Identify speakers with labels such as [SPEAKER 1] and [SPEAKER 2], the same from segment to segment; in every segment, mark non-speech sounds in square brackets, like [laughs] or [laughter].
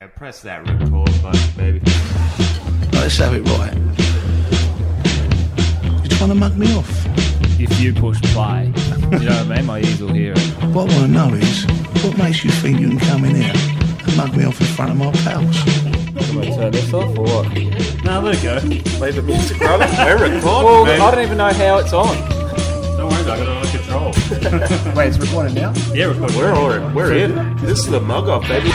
[SPEAKER 1] Yeah, press that record button, baby.
[SPEAKER 2] Let's have it right. You're trying to mug me off.
[SPEAKER 3] if you push play, you know what I mean? My ears will hear it.
[SPEAKER 2] What I want to know is, what makes you think you can come in here and mug me off in front of my pals?
[SPEAKER 3] turn this off or what?
[SPEAKER 4] No, let it go.
[SPEAKER 5] Play the music, brother. We're recording.
[SPEAKER 3] Well,
[SPEAKER 5] Oh, baby.
[SPEAKER 3] I don't even know how it's on.
[SPEAKER 4] Don't worry about it. I got it under control.
[SPEAKER 2] Wait, it's recording now?
[SPEAKER 4] Yeah, record.
[SPEAKER 5] We're all we're in. This is the mug off, baby.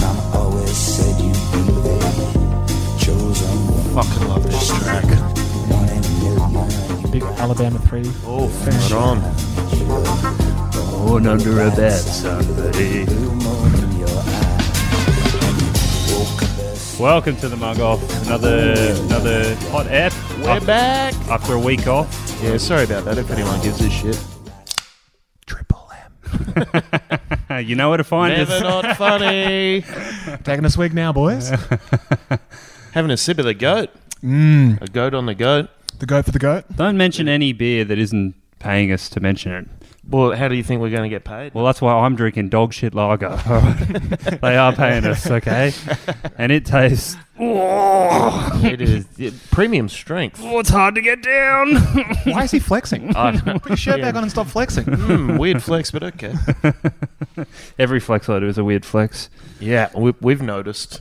[SPEAKER 6] Mama always said you'd be the chosen one.
[SPEAKER 5] Fucking love this track.
[SPEAKER 6] One in a million.
[SPEAKER 3] Big Alabama 3.
[SPEAKER 5] Oh, finish on.
[SPEAKER 3] Born under a bed, somebody. Welcome to the Mug Off. Another, another hot app. We're back. After a week off.
[SPEAKER 5] Yeah, sorry about that. If anyone gives a shit.
[SPEAKER 2] Triple M.
[SPEAKER 3] Uh, [laughs] you know where to find
[SPEAKER 5] [laughs]
[SPEAKER 3] us.
[SPEAKER 5] not funny.
[SPEAKER 7] Taking a swig now, boys.
[SPEAKER 5] Having a sip of the goat.
[SPEAKER 7] Mm,
[SPEAKER 5] A goat on the goat.
[SPEAKER 7] the goat for the goat.
[SPEAKER 3] Don't mention any beer that isn't paying us to mention it.
[SPEAKER 5] Well, how do you think we're going to get paid?
[SPEAKER 3] Well, that's why I'm drinking dog shit lager. [laughs] they are paying us, okay? And it tastes.
[SPEAKER 5] it is it- premium strength.
[SPEAKER 3] Oh, it's hard to get down.
[SPEAKER 7] Why is he
[SPEAKER 5] [laughs]
[SPEAKER 7] flexing? Put your shirt
[SPEAKER 5] Yeah.
[SPEAKER 7] back on and stop flexing.
[SPEAKER 5] [laughs] Hmm, weird flex, but okay.
[SPEAKER 3] Every flex I do is a weird flex.
[SPEAKER 5] Yeah, we, we've noticed.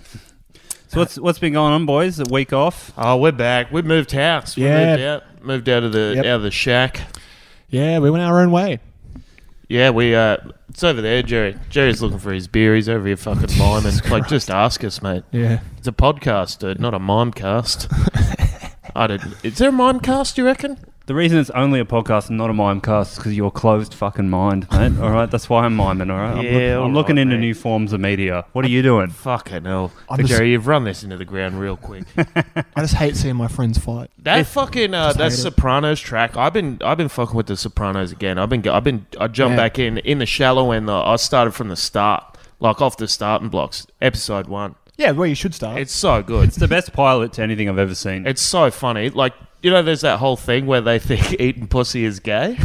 [SPEAKER 3] So what's what's been going on, boys? A week off.
[SPEAKER 5] Oh, we're back. We moved house. We
[SPEAKER 7] Yeah.
[SPEAKER 5] moved out. Moved out of the
[SPEAKER 7] Yep.
[SPEAKER 5] out of the shack.
[SPEAKER 7] yeah, we went our own way.
[SPEAKER 5] Yeah, we uh, it's over there, Jerry. Jerry's looking for his beer. He's over here
[SPEAKER 7] [laughs]
[SPEAKER 5] fucking miming. Like, just ask us, mate. [laughs]
[SPEAKER 7] Yeah.
[SPEAKER 5] It's a podcast, dude, not a mime cast. I didn't. Is there a mime cast? You reckon?
[SPEAKER 3] The reason it's only a podcast and not a mime cast is because your closed fucking mind,
[SPEAKER 5] [laughs]
[SPEAKER 3] mate. all right, that's why I'm miming. All right, I'm,
[SPEAKER 5] Yeah,
[SPEAKER 3] I'm
[SPEAKER 5] all
[SPEAKER 3] looking
[SPEAKER 5] right,
[SPEAKER 3] into
[SPEAKER 5] mate.
[SPEAKER 3] new forms of media. What are you doing?
[SPEAKER 5] Fucking hell,
[SPEAKER 7] I'm
[SPEAKER 5] But
[SPEAKER 7] just-
[SPEAKER 5] Jerry, you've run this into the ground real
[SPEAKER 7] [laughs]
[SPEAKER 5] quick.
[SPEAKER 7] I just hate seeing my friends fight.
[SPEAKER 5] That fucking uh, that
[SPEAKER 7] hate it.
[SPEAKER 5] Sopranos track. I've been I've been fucking with the Sopranos again. I've been go- I've been I jumped
[SPEAKER 7] Yeah.
[SPEAKER 5] back in in the shallow end. Though I started from the start, like off the starting blocks, episode one.
[SPEAKER 7] Yeah, where you should start.
[SPEAKER 5] It's so good.
[SPEAKER 3] It's the best pilot to anything I've ever seen.
[SPEAKER 5] It's so funny. Like, you know, there's that whole thing where they think [laughs] eating pussy is
[SPEAKER 7] [laughs]
[SPEAKER 5] gay.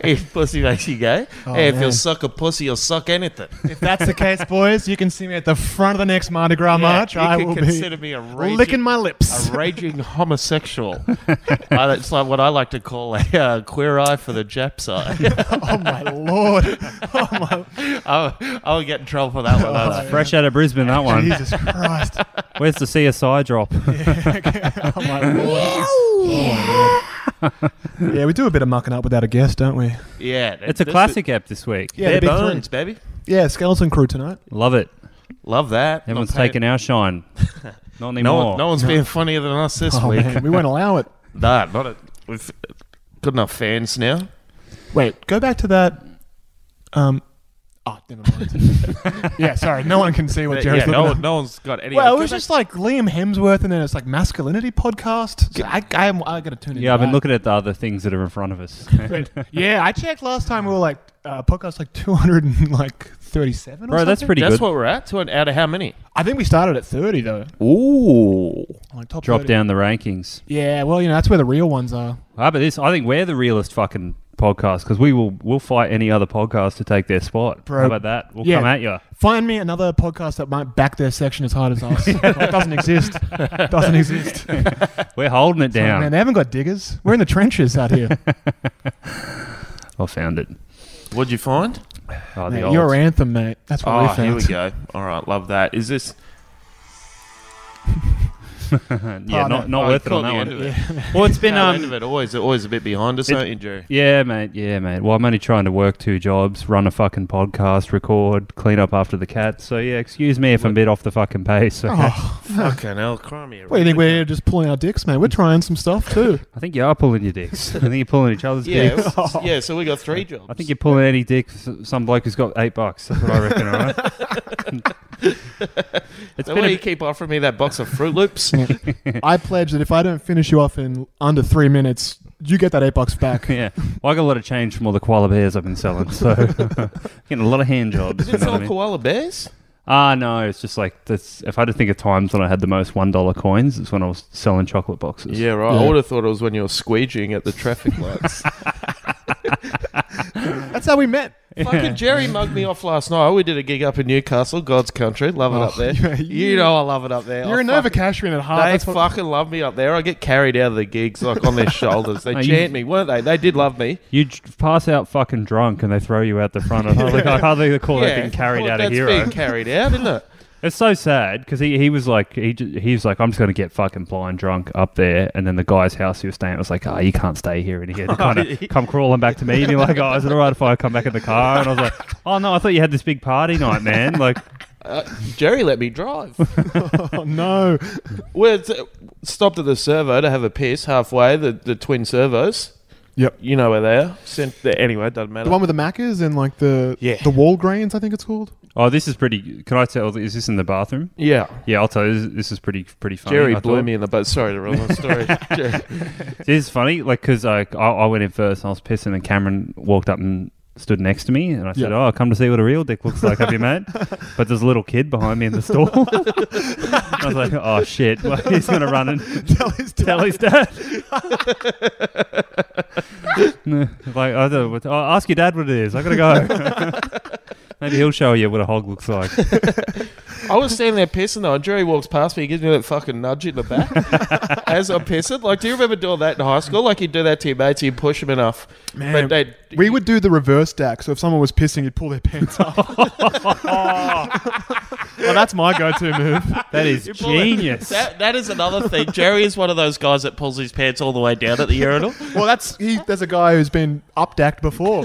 [SPEAKER 5] if pussy makes you gay. hey, if
[SPEAKER 7] Oh, man.
[SPEAKER 5] you'll suck a pussy, you'll suck anything.
[SPEAKER 7] if that's the
[SPEAKER 5] [laughs]
[SPEAKER 7] case, boys, you can see me at the front of the next Mardi Gras march.
[SPEAKER 5] you
[SPEAKER 7] I
[SPEAKER 5] can
[SPEAKER 7] will
[SPEAKER 5] consider
[SPEAKER 7] be
[SPEAKER 5] me a raging,
[SPEAKER 7] licking my lips.
[SPEAKER 5] a raging homosexual. I, it's like what I like to call a uh, queer eye for the Japs
[SPEAKER 7] [laughs]
[SPEAKER 5] eye. [laughs]
[SPEAKER 7] oh my lord! Oh my
[SPEAKER 5] I, I would get in trouble for that one. I
[SPEAKER 7] Oh,
[SPEAKER 5] know.
[SPEAKER 3] Fresh out of Brisbane, that
[SPEAKER 5] [laughs]
[SPEAKER 3] one.
[SPEAKER 7] Jesus Christ!
[SPEAKER 3] Where's the CSI drop? [laughs]
[SPEAKER 7] Oh my lord! Oh, man. yeah, we do a bit of mucking up without a guest, don't we?
[SPEAKER 5] Yeah,
[SPEAKER 3] It's a
[SPEAKER 5] this is-
[SPEAKER 3] classic app this week.
[SPEAKER 7] Yeah,
[SPEAKER 5] Bare
[SPEAKER 7] the big three.
[SPEAKER 5] bones, baby.
[SPEAKER 7] Yeah, skeleton crew tonight.
[SPEAKER 3] Love it.
[SPEAKER 5] Love that.
[SPEAKER 3] Everyone's
[SPEAKER 5] Not paying-
[SPEAKER 3] taking
[SPEAKER 5] [laughs]
[SPEAKER 3] our shine. Not anymore.
[SPEAKER 5] No, one, no one's being funnier than us this
[SPEAKER 7] Oh
[SPEAKER 5] week.
[SPEAKER 7] man, we won't allow it.
[SPEAKER 5] Nah, not a, we've good enough fans now.
[SPEAKER 7] Wait, go back to that. Um, oh, never mind. [laughs] yeah, sorry. No one can see what Jerry's
[SPEAKER 5] yeah, no,
[SPEAKER 7] looking at.
[SPEAKER 5] no one's got any.
[SPEAKER 7] well, it
[SPEAKER 5] go
[SPEAKER 7] was
[SPEAKER 5] back-
[SPEAKER 7] just like Liam Hemsworth, and then it's like masculinity podcast. So I, I, am, I gotta tune in.
[SPEAKER 3] Yeah, I've been
[SPEAKER 7] to
[SPEAKER 3] looking at the other things that are in front
[SPEAKER 5] [laughs]
[SPEAKER 3] of us.
[SPEAKER 7] that. yeah, I checked last time. We were like uh, podcast like two hundred and like thirty-seven.
[SPEAKER 3] Bro,
[SPEAKER 7] or
[SPEAKER 3] that's
[SPEAKER 7] something.
[SPEAKER 3] pretty
[SPEAKER 5] That's
[SPEAKER 3] good.
[SPEAKER 5] what we're at. To an out of how many?
[SPEAKER 7] I think we started at thirty though.
[SPEAKER 5] Ooh,
[SPEAKER 7] Like top
[SPEAKER 3] Drop
[SPEAKER 7] 30.
[SPEAKER 3] down the rankings.
[SPEAKER 7] Yeah, well, you know that's where the real ones are.
[SPEAKER 3] Ah, but this, I think we're the realest fucking podcast because we will we'll fight any other podcast to take their spot.
[SPEAKER 7] Bro,
[SPEAKER 3] How about that? We'll
[SPEAKER 7] yeah.
[SPEAKER 3] come at you.
[SPEAKER 7] Find me another podcast that might back their section as hard as us. it doesn't exist. doesn't exist.
[SPEAKER 3] We're holding it
[SPEAKER 7] Oh,
[SPEAKER 3] down.
[SPEAKER 7] man, they haven't got diggers. We're in the trenches
[SPEAKER 5] [laughs]
[SPEAKER 7] out here.
[SPEAKER 3] I Oh, found it.
[SPEAKER 5] what'd you find?
[SPEAKER 3] Oh, the
[SPEAKER 7] Mate,
[SPEAKER 3] old.
[SPEAKER 7] your anthem, mate. That's what
[SPEAKER 5] Oh,
[SPEAKER 7] we found.
[SPEAKER 5] here we go. All right, love that. Is this?
[SPEAKER 3] [laughs] yeah,
[SPEAKER 7] Oh,
[SPEAKER 3] not,
[SPEAKER 7] no.
[SPEAKER 3] not
[SPEAKER 5] oh,
[SPEAKER 3] worth it
[SPEAKER 5] caught
[SPEAKER 3] on that
[SPEAKER 5] the end
[SPEAKER 3] one.
[SPEAKER 5] of it. [laughs]
[SPEAKER 3] Well, it's been
[SPEAKER 5] Caught the end of
[SPEAKER 3] um.
[SPEAKER 5] it. Always, always a bit behind us,
[SPEAKER 3] It-
[SPEAKER 5] aren't you, [laughs] Jerry?
[SPEAKER 3] Yeah, mate. Yeah, mate. Well, I'm only trying to work two jobs, run a fucking podcast, record, clean up after the cat. So yeah, excuse me if I'm a bit off the fucking pace. [laughs] okay?
[SPEAKER 7] [laughs] Oh,
[SPEAKER 5] Fucking hell, cry me a
[SPEAKER 7] what do you think?
[SPEAKER 5] river.
[SPEAKER 7] We're here just pulling our dicks, mate. We're trying some stuff
[SPEAKER 5] [laughs]
[SPEAKER 7] too.
[SPEAKER 3] I think you are pulling your dicks. [laughs] I think you're pulling each other's
[SPEAKER 5] Yeah,
[SPEAKER 3] dicks.
[SPEAKER 5] it was- yeah. [laughs] So we got three jobs.
[SPEAKER 3] I think you're pulling any dick. for s- Some bloke who's got eight bucks. That's what I reckon. All right.
[SPEAKER 5] [laughs]
[SPEAKER 3] [laughs] it's
[SPEAKER 5] The
[SPEAKER 3] been
[SPEAKER 5] way you
[SPEAKER 3] a,
[SPEAKER 5] keep offering me that box of Fruit Loops.
[SPEAKER 7] I pledge that if I don't finish you off in under three minutes, you get that eight
[SPEAKER 5] [laughs]
[SPEAKER 7] bucks
[SPEAKER 3] [laughs]
[SPEAKER 7] back.
[SPEAKER 3] yeah. Well, I got a lot of change from all the koala bears I've been selling, so [laughs] getting a lot of hand jobs.
[SPEAKER 5] [laughs] Is
[SPEAKER 3] you
[SPEAKER 5] it
[SPEAKER 3] know what I
[SPEAKER 5] all
[SPEAKER 3] mean?
[SPEAKER 5] koala bears?
[SPEAKER 3] Ah, no, it's just like this. If I had to think of times when I had the most one dollar coins, it's when I was selling chocolate boxes.
[SPEAKER 5] Yeah, right. I
[SPEAKER 7] Yeah.
[SPEAKER 5] would have thought it was when you were squeegeeing at the traffic lights.
[SPEAKER 7] That's how we met.
[SPEAKER 5] [laughs] Fucking Jerry mugged me off last night. We did a gig up in Newcastle, God's country. Love it
[SPEAKER 7] Oh,
[SPEAKER 5] up there.
[SPEAKER 7] [laughs] yeah,
[SPEAKER 5] you,
[SPEAKER 7] you-
[SPEAKER 5] know I love it up there.
[SPEAKER 7] You're
[SPEAKER 5] I
[SPEAKER 7] a Nova
[SPEAKER 5] fucking-
[SPEAKER 7] Cashman at
[SPEAKER 3] Ah,
[SPEAKER 7] heart.
[SPEAKER 5] They
[SPEAKER 7] That's what,
[SPEAKER 5] fucking love me up there. I get carried out of the gigs like on
[SPEAKER 3] [laughs]
[SPEAKER 5] their shoulders. They
[SPEAKER 3] No, you-
[SPEAKER 5] chant me, weren't they? They did love me.
[SPEAKER 3] You j- pass out fucking drunk and they throw you out the front.
[SPEAKER 5] [laughs]
[SPEAKER 3] I hardly, I hardly call that being carried
[SPEAKER 5] Well,
[SPEAKER 3] out a
[SPEAKER 5] that's
[SPEAKER 3] hero.
[SPEAKER 5] being carried out, isn't it?
[SPEAKER 3] It's so sad because he, he was like he j- he was like I'm just gonna get fucking blind drunk up there, and then the guy's house he was staying at was like, oh, you can't stay here, and
[SPEAKER 5] [laughs]
[SPEAKER 3] he had to kind of come crawling back to me and be like, oh, is it alright if I come back in the car? And I was like, oh no, I thought you had this big party night, man. Like,
[SPEAKER 5] Uh, Jerry let me
[SPEAKER 3] [laughs]
[SPEAKER 5] drive.
[SPEAKER 7] oh, [laughs] no.
[SPEAKER 5] we stopped at the servo to have a piss halfway. The the twin servos.
[SPEAKER 7] Yep.
[SPEAKER 5] You know where they are. Sent there anyway. Doesn't matter.
[SPEAKER 7] The one with the Maccas and like the
[SPEAKER 5] Yeah.
[SPEAKER 7] the Walgreens, I think it's called.
[SPEAKER 3] oh, this is pretty. Can I tell? Is this in the bathroom?
[SPEAKER 5] yeah.
[SPEAKER 3] Yeah, I'll tell you. This, this is pretty pretty funny.
[SPEAKER 5] Jerry
[SPEAKER 3] I
[SPEAKER 5] blew
[SPEAKER 3] thought.
[SPEAKER 5] me in the butt. Sorry to ruin my
[SPEAKER 3] [laughs]
[SPEAKER 5] story. Jerry.
[SPEAKER 3] This is funny, like because I, I went in first and I was pissing, and Cameron walked up and stood next to me, and I said,
[SPEAKER 7] Yeah.
[SPEAKER 3] "Oh, come to see what a real dick looks like, have you,
[SPEAKER 7] [laughs]
[SPEAKER 3] mate?" But there's a little kid behind me in the store. [laughs] I was like, "Oh shit, [laughs] like, he's gonna run and
[SPEAKER 7] [laughs] Tell his
[SPEAKER 3] tell his dad." [laughs] No, like, I don't, what- oh, ask your dad what it is. I gotta go. [laughs] Maybe he'll show you what a hog looks like.
[SPEAKER 5] I was standing there pissing though, and Jerry walks past me. He gives me that fucking nudge in the
[SPEAKER 3] [laughs]
[SPEAKER 5] back as I'm pissing. Like, do you remember doing that in high school? Like, you'd do that to your mates, you'd push them enough.
[SPEAKER 7] Man,
[SPEAKER 5] but they'd,
[SPEAKER 7] we would do the reverse stack. So if someone was pissing, you'd pull
[SPEAKER 5] [laughs]
[SPEAKER 7] their pants up. well, that's my go-to move.
[SPEAKER 3] That is genius.
[SPEAKER 5] That, that is another thing. Jerry is one of those guys that pulls his pants all the way down at the urinal.
[SPEAKER 7] Well, that's he. There's a guy who's been
[SPEAKER 5] [laughs]
[SPEAKER 7] updacked before.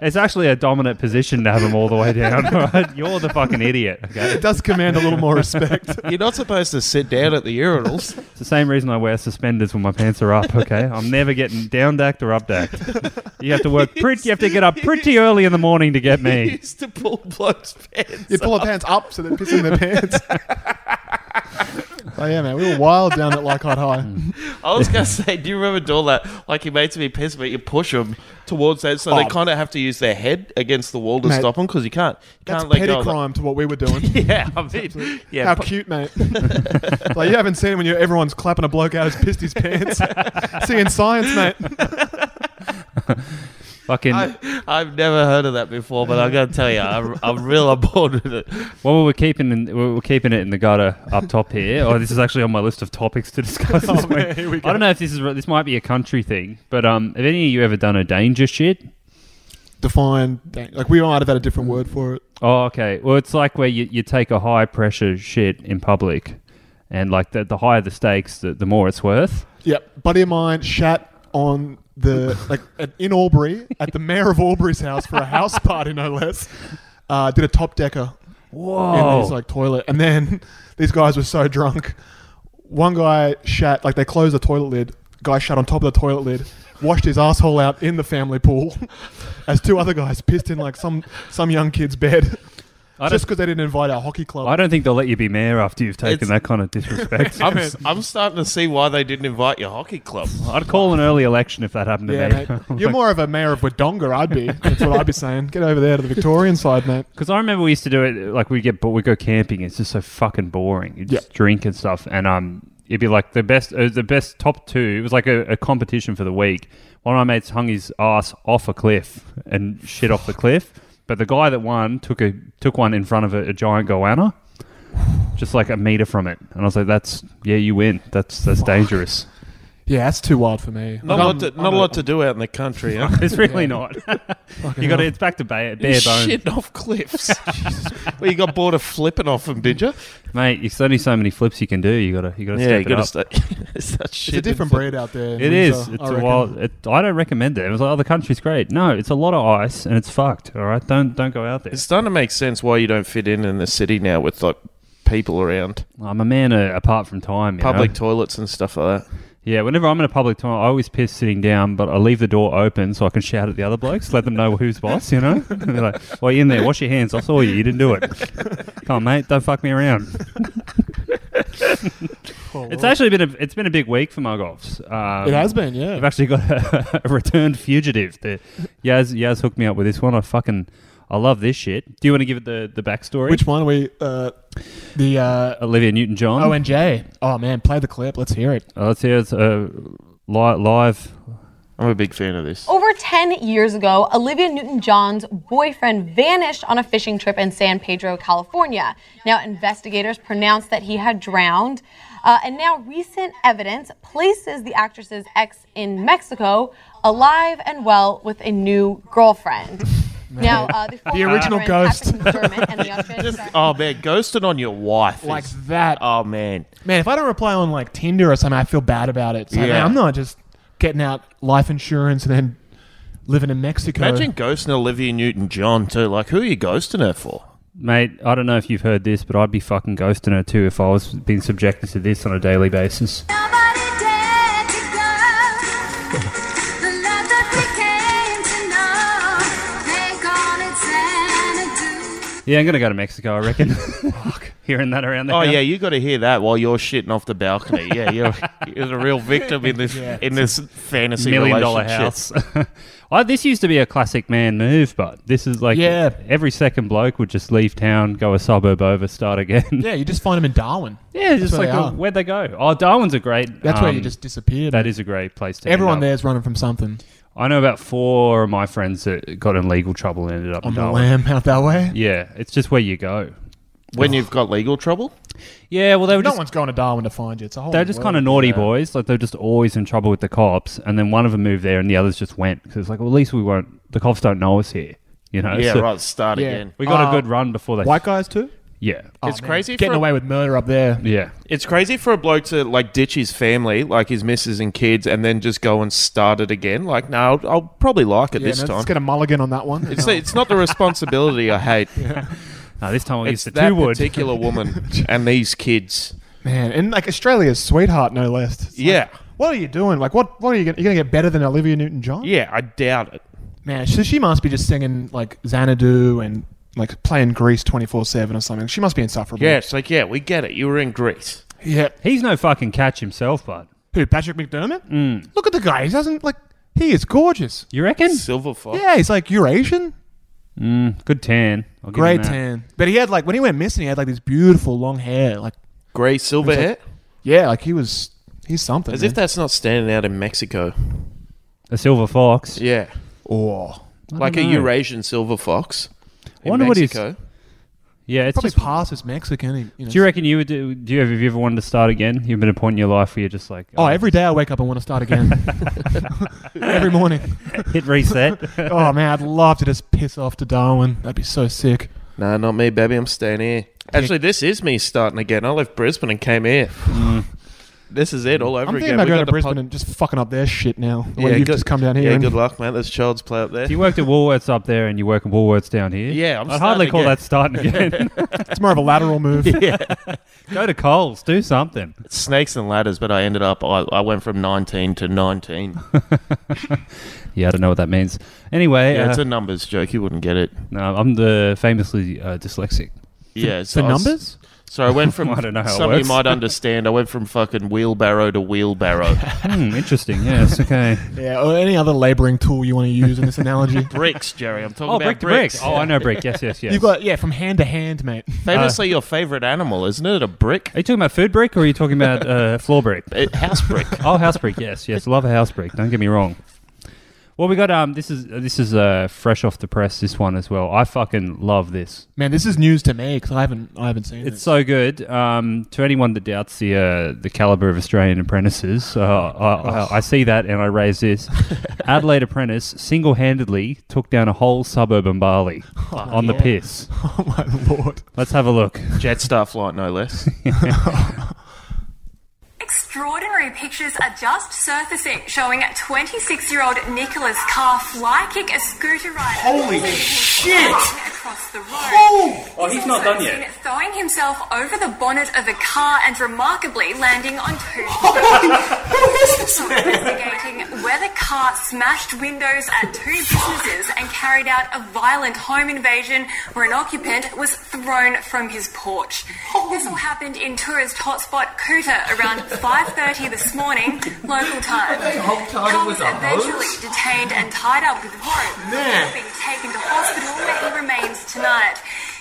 [SPEAKER 3] It's actually a dominant position to have him all the way down. [laughs] Right? You're the fucking idiot. Okay.
[SPEAKER 7] It does command a
[SPEAKER 5] [laughs]
[SPEAKER 7] little more respect.
[SPEAKER 5] You're not supposed to sit down at the urinals.
[SPEAKER 3] It's the same reason I wear suspenders when my pants are up. Okay, I'm never getting down decked or up decked. You have to work pretty. You have to get up pretty early in the morning to
[SPEAKER 5] [laughs]
[SPEAKER 3] get
[SPEAKER 5] He [laughs]
[SPEAKER 3] me.
[SPEAKER 5] used to pull blokes' pants.
[SPEAKER 7] You pull their pants up so they're pissing their pants. oh yeah, man, we were wild down at Leichhardt High.
[SPEAKER 5] I was going to say, do you remember doing that? Like, your mates would be pissed, but you push them towards that, so they
[SPEAKER 7] Oh.
[SPEAKER 5] kind of have to use their head against the wall to
[SPEAKER 7] Mate,
[SPEAKER 5] stop them because you can't. You
[SPEAKER 7] That's
[SPEAKER 5] can't let
[SPEAKER 7] petty
[SPEAKER 5] go. of that.
[SPEAKER 7] crime to what we were doing.
[SPEAKER 5] Yeah, I mean, [laughs] yeah,
[SPEAKER 7] How
[SPEAKER 5] pu- [laughs]
[SPEAKER 7] cute, mate! like you haven't seen when you everyone's clapping a bloke out who's pissed his
[SPEAKER 5] [laughs]
[SPEAKER 7] pants. Seeing science, mate.
[SPEAKER 3] Fucking.
[SPEAKER 5] I, I've never heard of that before, but I'm going to tell you, I'm, I'm real on board with it.
[SPEAKER 3] Well, we we're keeping in, we we're keeping it in the gutter up top here. Oh, this is actually on my list of topics to discuss this week. I don't know if this is this might be a country thing, but um, have any of you ever done a danger shit?
[SPEAKER 7] Define like we might have had a different word for it.
[SPEAKER 3] Oh, okay. Well, it's like where you, you take a high pressure shit in public, and like the the higher the stakes, the, the more it's worth.
[SPEAKER 7] Yep. Buddy of mine shat on the like at, in Albury at the mayor of Albury's house for a house [laughs] party, no less. Uh, did a top decker in
[SPEAKER 3] Whoa.
[SPEAKER 7] his like toilet, and then [laughs] these guys were so drunk. One guy shat like they closed the toilet lid. Guy shat on top of the toilet lid, washed his asshole out in the family pool, [laughs] as two other guys pissed in like some some young kid's bed. [laughs]
[SPEAKER 3] I
[SPEAKER 7] Just because they didn't invite our hockey club.
[SPEAKER 3] I don't think they'll let you be mayor after you've taken
[SPEAKER 5] It's-
[SPEAKER 3] that kind of
[SPEAKER 5] [laughs]
[SPEAKER 3] disrespect.
[SPEAKER 5] I'm, I'm starting to see why they didn't invite your hockey club.
[SPEAKER 3] I'd call an early election if that happened to
[SPEAKER 7] Yeah,
[SPEAKER 3] [laughs] me.
[SPEAKER 7] mate. You're more of a mayor of Wodonga,
[SPEAKER 3] [laughs]
[SPEAKER 7] I'd be. That's what I'd be saying. Get over there to the Victorian side, mate.
[SPEAKER 3] Because I remember we used to do it like we get, but we go camping. It's just so fucking boring. You just drink and stuff, and um, it'd be like the best, uh, the best top two. It was like a, a competition for the week. One of my mates hung his ass off a cliff and shit [laughs] off the cliff, but the guy that won took a took one in front of a, a giant goanna, just like a meter from it. And I was like, "That's yeah, you win. That's that's dangerous. [laughs]
[SPEAKER 7] Yeah, that's too wild for me.
[SPEAKER 5] Not
[SPEAKER 7] Like,
[SPEAKER 5] a
[SPEAKER 7] I'm-
[SPEAKER 5] lot to, not
[SPEAKER 7] I'm
[SPEAKER 5] a lot to do out in the country. [laughs] Huh?
[SPEAKER 3] It's really not.
[SPEAKER 7] fucking
[SPEAKER 3] You got to,
[SPEAKER 7] hell.
[SPEAKER 3] it's back to bare, [laughs] bare bones.
[SPEAKER 5] Shitting off [laughs] cliffs. well, you got bored of flipping off them, did you?
[SPEAKER 3] Mate, it's only so many flips you can do. You gotta, you gotta step it up.
[SPEAKER 5] It's
[SPEAKER 7] It's a different breed out there. in
[SPEAKER 3] It is.
[SPEAKER 7] Windsor,
[SPEAKER 3] It's
[SPEAKER 7] I
[SPEAKER 3] a
[SPEAKER 7] reckon.
[SPEAKER 3] wild. It, I don't recommend it. It was like, oh, the country's great. No, it's a lot of ice and it's fucked. All right, don't don't go out there.
[SPEAKER 5] It's starting to make sense why you don't fit in in the city now with like people around,
[SPEAKER 3] I'm a man uh, apart from time. you
[SPEAKER 5] public
[SPEAKER 3] know?
[SPEAKER 5] toilets and stuff like that.
[SPEAKER 3] Yeah, whenever I'm in a public toilet, I always piss sitting down, but I leave the door open so I can shout at the other blokes, let them know who's boss, you know? [laughs] And they're like, well, you're in there, wash your hands. I saw you. You didn't do it. [laughs] Come on, mate. Don't fuck me
[SPEAKER 7] [laughs]
[SPEAKER 3] around. [laughs]
[SPEAKER 7] Oh,
[SPEAKER 3] It's
[SPEAKER 7] Lord.
[SPEAKER 3] actually been a, it's been a big week for Margovs. Um,
[SPEAKER 7] It has been,
[SPEAKER 3] I've
[SPEAKER 7] yeah.
[SPEAKER 3] actually got [laughs] a, a returned fugitive. The, Yaz, Yaz hooked me up with this one. I fucking, I love this shit. Do you want to give it the, the backstory?
[SPEAKER 7] Which one? Are we uh, the uh,
[SPEAKER 3] Olivia Newton John.
[SPEAKER 7] ONJ. Oh man, play the clip. Let's hear it.
[SPEAKER 3] let's hear it's uh, li- uh, live
[SPEAKER 5] I'm a big fan of this.
[SPEAKER 8] Over 10 years ago, Olivia Newton John's boyfriend vanished on a fishing trip in San Pedro, California. Now, investigators pronounced that he had drowned. Uh, and now, recent evidence places the actress's ex in Mexico alive and well with a new girlfriend. Now, uh, the, former
[SPEAKER 7] original
[SPEAKER 8] boyfriend,
[SPEAKER 7] ghost.
[SPEAKER 8] Patrick McDermott, and the Australian
[SPEAKER 5] [laughs] Just,
[SPEAKER 8] star-
[SPEAKER 5] oh man, ghosting on your wife.
[SPEAKER 7] Like
[SPEAKER 5] is-
[SPEAKER 7] that.
[SPEAKER 5] Oh man.
[SPEAKER 7] Man, if I don't reply on like Tinder or something, I feel bad about it. It's like,
[SPEAKER 5] Yeah.
[SPEAKER 7] man, I'm not just getting out life insurance and then living in Mexico.
[SPEAKER 5] Imagine ghosting Olivia Newton John too. Like, who are you ghosting her for?
[SPEAKER 3] Mate, I don't know if you've heard this, but I'd be fucking ghosting her too if I was being subjected to this on a daily basis.
[SPEAKER 9] Nobody dared to go. The love that we came to know, take on its energy.
[SPEAKER 3] Yeah, I'm gonna go to Mexico, I reckon. Hearing that around there.
[SPEAKER 5] Oh
[SPEAKER 3] [laughs]
[SPEAKER 5] yeah, you got to hear that while you're shitting off the balcony. Yeah, you're, you're the real victim in this in this fantasy
[SPEAKER 3] million dollar
[SPEAKER 5] relationship.
[SPEAKER 3] house. [laughs] well, this used to be a classic man move, but this is like
[SPEAKER 7] Yeah.
[SPEAKER 3] every second bloke would just leave town, go a suburb over, start again.
[SPEAKER 7] yeah, you just find them in Darwin.
[SPEAKER 3] Yeah, just
[SPEAKER 7] where
[SPEAKER 3] like
[SPEAKER 7] they
[SPEAKER 3] oh,
[SPEAKER 7] are.
[SPEAKER 3] where'd they go? Oh, Darwin's a great.
[SPEAKER 7] That's where you
[SPEAKER 3] um,
[SPEAKER 7] just disappeared.
[SPEAKER 3] That is a great place to.
[SPEAKER 7] Everyone
[SPEAKER 3] end up.
[SPEAKER 7] there's running from something.
[SPEAKER 3] I know about four of my friends that got in legal trouble and ended up
[SPEAKER 7] On
[SPEAKER 3] in
[SPEAKER 7] the
[SPEAKER 3] Darwin.
[SPEAKER 7] lamb out that way.
[SPEAKER 3] Yeah, it's just where you go.
[SPEAKER 5] When you've got legal trouble,
[SPEAKER 3] Yeah, well they were
[SPEAKER 7] No
[SPEAKER 3] just
[SPEAKER 7] one's going to Darwin to find you. It's a whole.
[SPEAKER 3] they're just kind of naughty boys. Like they're just always in trouble with the cops, and then one of them moved there and the others just went because it's like well at least we won't. The cops don't know us here, you know.
[SPEAKER 5] yeah,
[SPEAKER 3] so
[SPEAKER 5] right. Start
[SPEAKER 7] Yeah.
[SPEAKER 5] again.
[SPEAKER 3] We got
[SPEAKER 7] Uh,
[SPEAKER 3] a good run before they.
[SPEAKER 7] white guys too.
[SPEAKER 3] yeah,
[SPEAKER 5] It's crazy
[SPEAKER 7] Oh, Getting
[SPEAKER 5] for a-
[SPEAKER 7] away with murder up there.
[SPEAKER 3] yeah.
[SPEAKER 5] It's crazy for a bloke to like ditch his family, like his missus and kids, and then just go and start it again. Like, no, I'll, I'll probably like it
[SPEAKER 7] Yeah,
[SPEAKER 5] this
[SPEAKER 7] no,
[SPEAKER 5] time.
[SPEAKER 7] Let's get a mulligan on that one. Oh,
[SPEAKER 5] It's, it's not the responsibility I hate.
[SPEAKER 3] No, this time I
[SPEAKER 5] It's
[SPEAKER 3] used the
[SPEAKER 5] that
[SPEAKER 3] two wood.
[SPEAKER 5] particular woman and these kids.
[SPEAKER 7] man, and like Australia's sweetheart, no less. It's like,
[SPEAKER 5] Yeah.
[SPEAKER 7] what are you doing? Like, what? What are you? Gonna, you're gonna get better than Olivia Newton-John?
[SPEAKER 5] Yeah, I doubt it.
[SPEAKER 7] man. So she must be just singing like Xanadu and like playing Grease twenty four seven or something. She must be insufferable.
[SPEAKER 5] Yeah, it's like, yeah, we get it. You were in Greece.
[SPEAKER 7] yeah.
[SPEAKER 3] [laughs] He's no fucking catch himself, but
[SPEAKER 7] Who? Patrick McDermott? Mm. Look at the guy. He doesn't like. He is gorgeous.
[SPEAKER 3] you reckon? Mm,
[SPEAKER 5] Silver
[SPEAKER 3] Oh.
[SPEAKER 5] Fox.
[SPEAKER 7] Yeah, he's like Eurasian.
[SPEAKER 3] Good tan. I'll give him
[SPEAKER 7] Great
[SPEAKER 3] that.
[SPEAKER 7] tan. But he had like when he went missing, he had like this beautiful long hair. Like
[SPEAKER 5] Grey silver hair.
[SPEAKER 7] yeah, like he was he's something.
[SPEAKER 5] As
[SPEAKER 7] man.
[SPEAKER 5] if that's not standing out in Mexico.
[SPEAKER 3] A silver fox.
[SPEAKER 5] Yeah.
[SPEAKER 7] oh,
[SPEAKER 5] Like a
[SPEAKER 3] know.
[SPEAKER 5] Eurasian silver fox. In
[SPEAKER 3] wonder what he's-
[SPEAKER 5] Mexico.
[SPEAKER 3] Yeah, it's
[SPEAKER 7] probably
[SPEAKER 3] just.
[SPEAKER 7] past his Mexican. he- you know.
[SPEAKER 3] Do you reckon you would do? Do you ever, have you ever wanted to start again? You've been at a point in your life where you're just like,
[SPEAKER 7] Oh, every day I wake up, I want to start again. [laughs] every morning.
[SPEAKER 3] [laughs] [laughs] hit reset.
[SPEAKER 5] [laughs]
[SPEAKER 7] Oh man, I'd love to just piss off to Darwin. That'd be so sick.
[SPEAKER 5] No, not me, baby. I'm staying here. Actually, this is me starting again. I left Brisbane and came here. this is it all over
[SPEAKER 7] I'm thinking
[SPEAKER 5] again.
[SPEAKER 7] about
[SPEAKER 5] We
[SPEAKER 7] going
[SPEAKER 5] got
[SPEAKER 7] to
[SPEAKER 5] the
[SPEAKER 7] Brisbane
[SPEAKER 5] pod-
[SPEAKER 7] and just fucking up their shit now. The way you've
[SPEAKER 5] good-
[SPEAKER 7] just come down here.
[SPEAKER 5] Yeah,
[SPEAKER 7] and-
[SPEAKER 5] good luck, mate. There's child's play up there.
[SPEAKER 3] you worked at Woolworths up there, and you work at Woolworths down here.
[SPEAKER 5] Yeah, I'm
[SPEAKER 3] I'd hardly
[SPEAKER 5] starting
[SPEAKER 3] call
[SPEAKER 5] again.
[SPEAKER 3] that starting
[SPEAKER 5] [laughs]
[SPEAKER 3] again. [laughs]
[SPEAKER 7] It's more of a lateral move.
[SPEAKER 3] Go to Coles, do something.
[SPEAKER 5] Snakes and ladders, but I ended up. I, I went from 19 to 19.
[SPEAKER 3] Yeah, I don't know what that means. Anyway,
[SPEAKER 5] yeah,
[SPEAKER 3] uh,
[SPEAKER 5] it's a numbers joke. You wouldn't get it.
[SPEAKER 3] no, I'm the famously uh, dyslexic.
[SPEAKER 5] Yeah,
[SPEAKER 7] The
[SPEAKER 5] so I was-
[SPEAKER 7] numbers?
[SPEAKER 5] So I went from.
[SPEAKER 3] I don't know how it
[SPEAKER 5] Some of you
[SPEAKER 3] works.
[SPEAKER 5] might understand. I went from fucking wheelbarrow to wheelbarrow.
[SPEAKER 3] Hmm, interesting. Yes. Okay.
[SPEAKER 7] Yeah, or any other labouring tool you want to use in [laughs] this analogy.
[SPEAKER 5] bricks, Jerry. I'm talking
[SPEAKER 3] oh,
[SPEAKER 5] about
[SPEAKER 3] brick to brick.
[SPEAKER 5] bricks.
[SPEAKER 3] Oh, I know brick.
[SPEAKER 5] [laughs]
[SPEAKER 3] Yes, yes, yes.
[SPEAKER 7] You've got yeah, from hand to hand, mate.
[SPEAKER 5] Famously, your favorite animal, isn't it? A brick.
[SPEAKER 3] Are you talking about food brick or are you talking about uh, floor brick?
[SPEAKER 5] A house brick. [laughs]
[SPEAKER 3] Oh, house brick. Yes, yes. Love a house brick. Don't get me wrong. Well, we got um. This is this is uh fresh off the press. This one as well. I fucking love this.
[SPEAKER 7] Man, this is news to me because I haven't I haven't seen
[SPEAKER 3] It's
[SPEAKER 7] it.
[SPEAKER 3] so [laughs] good. Um, to anyone that doubts the uh, the caliber of Australian apprentices, uh, I,
[SPEAKER 7] Oh.
[SPEAKER 3] I, I see that and I raise
[SPEAKER 7] [laughs]
[SPEAKER 3] this. Adelaide apprentice single handedly took down a whole suburb in Bali on the piss.
[SPEAKER 7] Oh my lord!
[SPEAKER 3] Let's have a look.
[SPEAKER 5] Jetstar flight, no [laughs] less.
[SPEAKER 9] Extraordinary pictures are just surfacing showing 26 year old Nicholas Carr fly kick a scooter rider.
[SPEAKER 4] Holy shit!
[SPEAKER 9] Across the road.
[SPEAKER 4] Oh, he's not done yet.
[SPEAKER 9] Seen Throwing himself over the bonnet of a car and remarkably landing on two.
[SPEAKER 4] [laughs]
[SPEAKER 9] investigating where the car smashed windows at two businesses and carried out a violent home invasion where an occupant was thrown from his porch. This all happened in tourist hotspot Kuta around 5.30 this morning, local time.
[SPEAKER 4] The whole time
[SPEAKER 9] Carl
[SPEAKER 4] was
[SPEAKER 9] was
[SPEAKER 4] a hose?
[SPEAKER 9] eventually detained and tied up with rope before being taken to hospital where he remains tonight.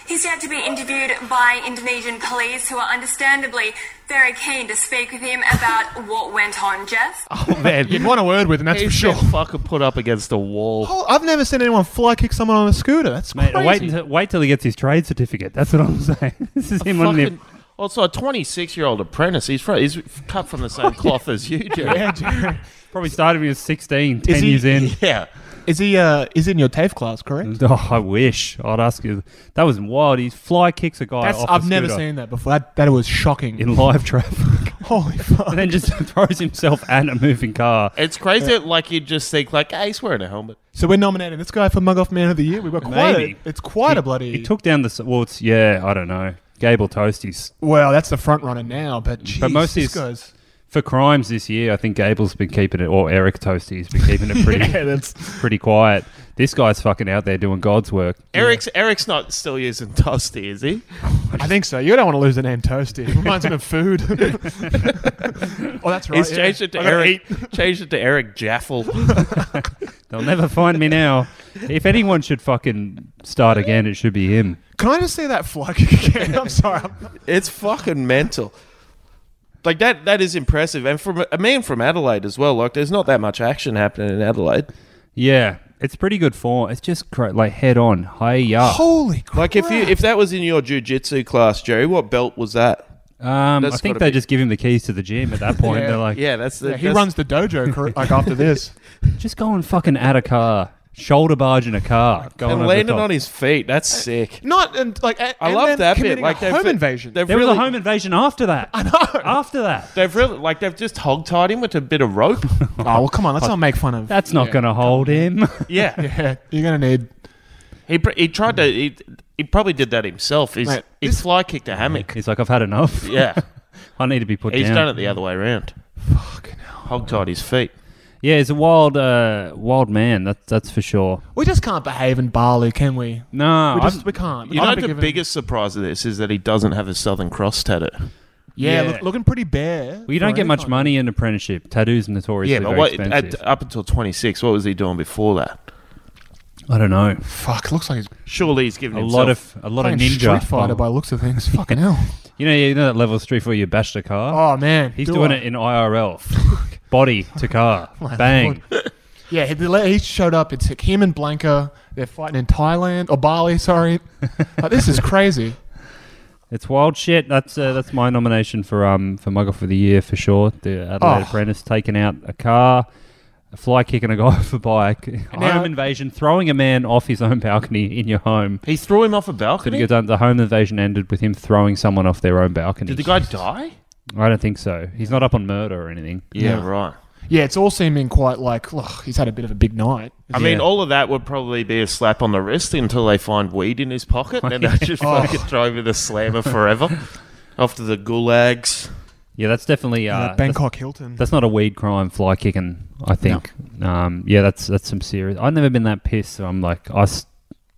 [SPEAKER 9] He's yet to be interviewed by Indonesian police, who are understandably very keen to speak with him about what went on, Jeff.
[SPEAKER 7] [laughs] Man, you'd want a word with him, that's for
[SPEAKER 5] He's
[SPEAKER 7] sure.
[SPEAKER 5] been fucking put up against the wall.
[SPEAKER 7] [laughs] Oh, I've never seen anyone fly kick someone on a scooter. That's
[SPEAKER 3] Mate,
[SPEAKER 7] crazy.
[SPEAKER 3] wait until, wait till he gets his trade certificate. That's what I'm [laughs] saying. This is him on the
[SPEAKER 5] Fucking, well, so a 26 year old apprentice. He's, fr- he's cut from the
[SPEAKER 7] [laughs]
[SPEAKER 5] same cloth as you, Jerry.
[SPEAKER 7] [laughs] Yeah, Jerry.
[SPEAKER 3] probably started when he was 16, 10
[SPEAKER 7] he-
[SPEAKER 3] years in.
[SPEAKER 5] Yeah.
[SPEAKER 7] [laughs] is he? Uh, is in your TAFE class?
[SPEAKER 3] [laughs]
[SPEAKER 7] Correct.
[SPEAKER 3] Oh, I wish. I'd ask you. That was wild. He fly kicks a guy
[SPEAKER 7] That's,
[SPEAKER 3] off a
[SPEAKER 7] I've never
[SPEAKER 3] scooter
[SPEAKER 7] seen that before. That, that was shocking.
[SPEAKER 3] in live traffic.
[SPEAKER 7] [laughs] Holy fuck!
[SPEAKER 3] and [laughs] then just [laughs] throws himself at a moving car.
[SPEAKER 5] It's crazy. that Like you just think, like, hey, he's wearing a
[SPEAKER 7] [laughs]
[SPEAKER 5] helmet.
[SPEAKER 7] So we're nominating this guy for Mug Off Man of the Year. We've got quite. A,
[SPEAKER 3] Maybe.
[SPEAKER 7] it's quite
[SPEAKER 3] he,
[SPEAKER 7] a bloody.
[SPEAKER 3] He took down the. s- Well, it's, yeah, I don't know. Gable Toasties.
[SPEAKER 7] well, that's the front runner now, but geez,
[SPEAKER 3] But most
[SPEAKER 7] this
[SPEAKER 3] is-
[SPEAKER 7] goes.
[SPEAKER 3] For crimes this year, I think Gable's been keeping it, or Eric Toasty's been keeping
[SPEAKER 7] [laughs]
[SPEAKER 3] it pretty, pretty quiet. This guy's fucking out there doing God's work.
[SPEAKER 5] Eric's Eric's not still using Toasty, is he?
[SPEAKER 7] I think so. You don't want to lose the name Toasty. It reminds me of food. [laughs] oh, that's right.
[SPEAKER 5] He's
[SPEAKER 7] yeah.
[SPEAKER 5] changed it to
[SPEAKER 7] I gotta
[SPEAKER 5] Eric.
[SPEAKER 7] eat.
[SPEAKER 5] Changed it to Eric
[SPEAKER 7] [laughs]
[SPEAKER 5] Jaffel.
[SPEAKER 3] [laughs] They'll never find me now. If anyone should fucking start again, it should be him.
[SPEAKER 7] Can I just see that fly kick [laughs] again? I'm sorry. I'm-
[SPEAKER 5] It's fucking mental. Like that that is impressive. And from I mean from Adelaide as well. Like there's not that much action happening in Adelaide.
[SPEAKER 3] Yeah, it's pretty good form. It's just cra- like head on, high up.
[SPEAKER 7] Holy crap!
[SPEAKER 5] Like if you if that was in your jujitsu class, Jerry, what belt was that?
[SPEAKER 3] Um, I
[SPEAKER 5] That's
[SPEAKER 3] think
[SPEAKER 5] gotta
[SPEAKER 3] they
[SPEAKER 5] be-
[SPEAKER 3] just give him the keys to the gym
[SPEAKER 5] [laughs]
[SPEAKER 3] at that point.
[SPEAKER 7] Yeah,
[SPEAKER 3] They're like,
[SPEAKER 5] Yeah, that's the
[SPEAKER 7] Yeah, he
[SPEAKER 5] that's-
[SPEAKER 7] runs the dojo cor-
[SPEAKER 5] [laughs]
[SPEAKER 7] like after this.
[SPEAKER 3] just go and fucking add a car, shoulder barge in a car, going
[SPEAKER 5] and
[SPEAKER 3] over the
[SPEAKER 5] landed
[SPEAKER 3] top.
[SPEAKER 5] on his feet. That's
[SPEAKER 7] Uh,
[SPEAKER 5] sick.
[SPEAKER 7] Not and like a-
[SPEAKER 5] I
[SPEAKER 7] and
[SPEAKER 5] love
[SPEAKER 7] then
[SPEAKER 5] that bit.
[SPEAKER 7] committing
[SPEAKER 5] Like
[SPEAKER 7] a
[SPEAKER 5] they've-
[SPEAKER 7] home invasion.
[SPEAKER 5] They've
[SPEAKER 3] There
[SPEAKER 5] really,
[SPEAKER 3] was a home invasion
[SPEAKER 5] [laughs]
[SPEAKER 3] after that. I know. After that,
[SPEAKER 5] They've really like they've just hog tied him with a bit of
[SPEAKER 7] [laughs]
[SPEAKER 5] rope.
[SPEAKER 7] Oh well, come on, let's not make fun of.
[SPEAKER 3] that's not going to hold him. [laughs]
[SPEAKER 5] yeah,
[SPEAKER 7] yeah, you're gonna need.
[SPEAKER 5] he pr- he tried to he, he probably did that himself. He's
[SPEAKER 7] Mate,
[SPEAKER 5] he
[SPEAKER 7] this-
[SPEAKER 5] fly kicked a hammock.
[SPEAKER 7] [laughs]
[SPEAKER 3] He's like, I've had enough.
[SPEAKER 5] Yeah,
[SPEAKER 3] [laughs] I need to be put
[SPEAKER 5] he's
[SPEAKER 3] down.
[SPEAKER 5] done it the other way around.
[SPEAKER 7] Fucking hell.
[SPEAKER 5] Hog tied his feet.
[SPEAKER 3] Yeah, he's a wild, uh, wild man. That's that's for sure.
[SPEAKER 7] We just can't behave in Bali, can we?
[SPEAKER 3] No,
[SPEAKER 7] we just
[SPEAKER 3] I've-
[SPEAKER 7] we can't.
[SPEAKER 5] You
[SPEAKER 7] I'm
[SPEAKER 5] know
[SPEAKER 7] big
[SPEAKER 5] the
[SPEAKER 7] of an-
[SPEAKER 5] biggest surprise of this is that he doesn't have a Southern Cross tattoo.
[SPEAKER 7] Yeah,
[SPEAKER 3] Yeah.
[SPEAKER 7] Look, looking pretty bare.
[SPEAKER 3] well, you don't
[SPEAKER 7] for
[SPEAKER 3] get
[SPEAKER 7] any
[SPEAKER 3] much
[SPEAKER 7] kind.
[SPEAKER 3] money in apprenticeship. Tattoos notoriously
[SPEAKER 5] Yeah, but
[SPEAKER 3] very
[SPEAKER 5] what,
[SPEAKER 3] expensive.
[SPEAKER 5] at, up until 26, what was he doing before that?
[SPEAKER 3] I don't know.
[SPEAKER 7] Fuck, looks like he's
[SPEAKER 5] Surely he's giving
[SPEAKER 3] A
[SPEAKER 5] himself
[SPEAKER 3] lot of a lot of
[SPEAKER 7] playing
[SPEAKER 3] ninja.
[SPEAKER 7] Street Fighter
[SPEAKER 3] bomb.
[SPEAKER 7] by the looks
[SPEAKER 3] [laughs]
[SPEAKER 7] of things. Fucking hell.
[SPEAKER 3] You know, you know that level of street where you bash the car.
[SPEAKER 7] Oh man,
[SPEAKER 3] he's
[SPEAKER 7] do
[SPEAKER 3] doing
[SPEAKER 7] I-
[SPEAKER 3] it in IRL. Body to car, bang.
[SPEAKER 7] Yeah, he, the le- he showed up. It's like him and Blanca. They're fighting in Thailand or
[SPEAKER 3] [laughs]
[SPEAKER 7] Bali. Sorry, Like, this is crazy.
[SPEAKER 3] It's wild shit. That's uh, that's my nomination for um for mug off of the year for sure. The Adelaide
[SPEAKER 7] Oh.
[SPEAKER 3] apprentice taking out a car, a fly kicking a guy [laughs] off a bike,
[SPEAKER 7] Now-
[SPEAKER 3] home invasion, throwing a man off his own balcony in your home.
[SPEAKER 5] He threw him off a
[SPEAKER 3] Could
[SPEAKER 5] balcony.
[SPEAKER 3] have done. The home invasion ended with him throwing someone off their own balcony.
[SPEAKER 5] Did the guy die?
[SPEAKER 3] I don't think so. He's not up on murder or anything.
[SPEAKER 5] Yeah, right.
[SPEAKER 7] Yeah, it's all seeming quite like ugh, he's had a bit of a big night.
[SPEAKER 5] I mean,
[SPEAKER 3] Yeah.
[SPEAKER 5] all of that would probably be a slap on the wrist until they find weed in his pocket, and then they
[SPEAKER 3] [laughs]
[SPEAKER 5] just
[SPEAKER 3] Oh.
[SPEAKER 5] fucking throw him in the slammer [laughs] forever. After the gulags.
[SPEAKER 3] Yeah, that's definitely uh,
[SPEAKER 7] Uh,
[SPEAKER 3] that's-
[SPEAKER 7] Bangkok Hilton.
[SPEAKER 3] That's not a weed crime, fly kicking. I think. Um, yeah, that's that's some serious. I've never been that pissed. So I'm like, I s-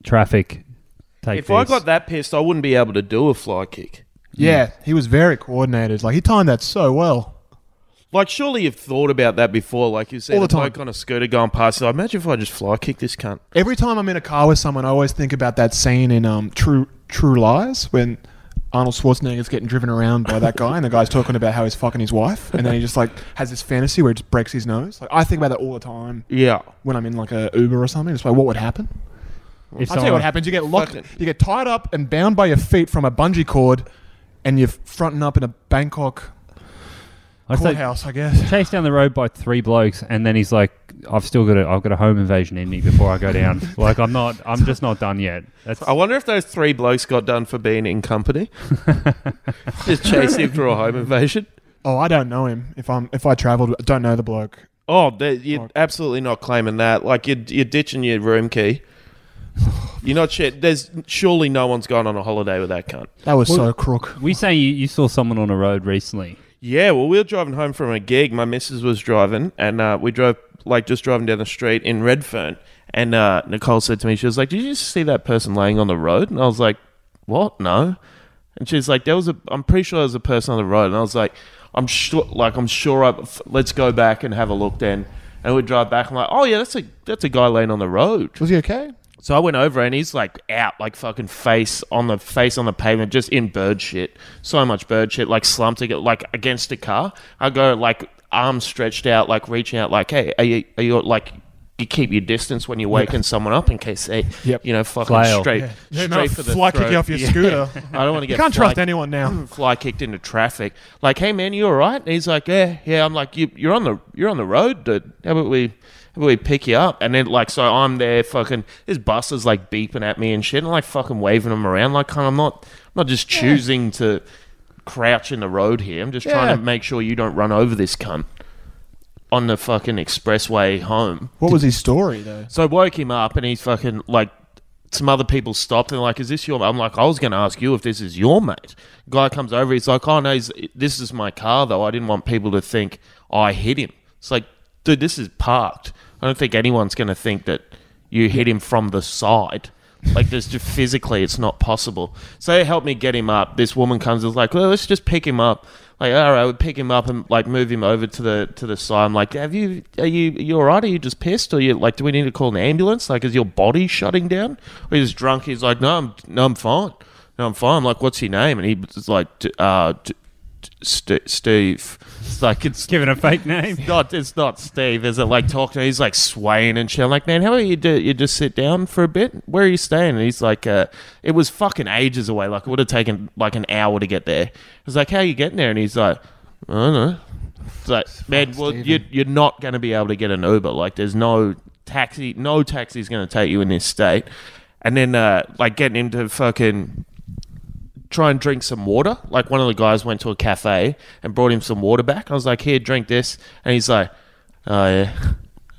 [SPEAKER 3] traffic. Take
[SPEAKER 5] If I
[SPEAKER 3] this.
[SPEAKER 5] got that pissed, I wouldn't be able to do a fly kick.
[SPEAKER 7] yeah, he was very coordinated. Like he timed that so well.
[SPEAKER 5] Like, surely you've thought about that before. Like, you've seen
[SPEAKER 7] All
[SPEAKER 5] a
[SPEAKER 7] the time.
[SPEAKER 5] bloke on a scooter going past. Like, imagine if I just fly kick this cunt.
[SPEAKER 7] Every time I'm in a car with someone, I always think about that scene in um, True True Lies when Arnold Schwarzenegger's getting driven around by that guy, and the guy's talking about how he's fucking his wife, and then he just like has this fantasy where he just breaks his nose. Like I think about that all the time
[SPEAKER 5] Yeah.
[SPEAKER 7] when I'm in like a Uber or something. It's like what would happen?
[SPEAKER 3] If
[SPEAKER 7] I'll tell you what happens. You get locked.
[SPEAKER 5] Fucking-
[SPEAKER 7] You get tied up and bound by your feet from a bungee cord, and you're fronting up in a Bangkok
[SPEAKER 3] I say-
[SPEAKER 7] courthouse, I guess.
[SPEAKER 3] chased down the road by three blokes, and then he's like, "I've still got a, I've got a home invasion in me before I go
[SPEAKER 7] [laughs]
[SPEAKER 3] down. like I'm not, I'm just not done yet." That's
[SPEAKER 7] Oh.
[SPEAKER 5] I wonder if those three blokes got done for being in company. Just chased him through a home invasion.
[SPEAKER 7] Oh, I don't know him. If I'm if I travelled, I don't know the bloke.
[SPEAKER 5] Oh, they- you're absolutely not claiming that. Like you're, you're ditching your room key. You're not shit. There's surely no one's gone on a holiday with that cunt.
[SPEAKER 7] That was so crook.
[SPEAKER 3] we say you, you saw someone on a road recently.
[SPEAKER 5] Yeah, well, we were driving home from a gig. My missus was driving, and uh, we drove like just driving down the street in Redfern. And uh, Nicole said to me, she was like, "Did you see that person laying on the road?" And I was like, "What? No." And she's like, "There was a. I'm pretty sure there was a person on the road." And I was like, "I'm sure. Like, I'm sure. I, f- let's go back and have a look then." And we drive back. I'm like, "Oh yeah, that's a that's a guy laying on the road."
[SPEAKER 7] Was he okay?
[SPEAKER 5] So I went over and he's like out, like fucking face on the face on the pavement, just in bird shit. So much bird shit, like slumped ag- like against a car. I go like arms stretched out, like reaching out, like hey, are you are you like you keep your distance when you're waking someone up in case they,
[SPEAKER 7] Yep.
[SPEAKER 5] you know, fucking
[SPEAKER 3] Flail.
[SPEAKER 5] straight,
[SPEAKER 7] Yeah,
[SPEAKER 5] straight
[SPEAKER 7] no,
[SPEAKER 5] for the
[SPEAKER 7] fly
[SPEAKER 5] throat.
[SPEAKER 7] kicking off
[SPEAKER 5] [laughs]
[SPEAKER 7] your
[SPEAKER 5] Yeah.
[SPEAKER 7] scooter.
[SPEAKER 5] I don't want to get
[SPEAKER 7] You can't
[SPEAKER 5] fly-
[SPEAKER 7] trust anyone now.
[SPEAKER 5] fly kicked into traffic. Like, hey man, you all right? And he's like, yeah, yeah. I'm like, you, you're on the you're on the road, dude. How about we how about we pick you up? And then like, so I'm there, fucking. This bus is like beeping at me and shit, and like fucking waving them around. Like, kind of not I'm not just choosing to crouch in the road here. I'm just trying to make sure you don't run over this cunt on the fucking expressway home.
[SPEAKER 7] What was his story though?
[SPEAKER 5] So I woke him up and he's fucking like some other people stopped and like, is this your? I'm like, I was going to ask you if this is your mate. Guy comes over, he's like, oh no, he's, this is my car though. I didn't want people to think I hit him. It's like, dude, this is parked. I don't think anyone's going to think that you hit him from the side. Like, there's just physically, it's not possible. So they help me get him up. This woman comes and is like, well, let's just pick him up. Like, all right, we pick him up and like move him over to the to the side. I'm like, have you are you are you all right? Are you just pissed? Or you like, do we need to call an ambulance? Like, is your body shutting down? Or he's drunk? He's like, no, I'm no, I'm fine. No, I'm fine. I'm like, what's your name? And he's like, "D- uh, d- d- St- Steve. It's like it's
[SPEAKER 3] Giving a fake name.
[SPEAKER 5] not it's not Steve, is it? Like talking, to he's like swaying and shit. I'm like, man, how about you do, you just sit down for a bit? Where are you staying? And he's like, uh, it was fucking ages away. Like it would have taken like an hour to get there. I was like, how you getting there? And he's like, I don't know. It's like, man, well, you, you're not going to be able to get an Uber. Like, there's no taxi. No taxi's going to take you in this state. And then, uh, like, getting into fucking try and drink some water. Like one of the guys went to a cafe and brought him some water back. I was like, here, drink this. And he's like, oh, yeah.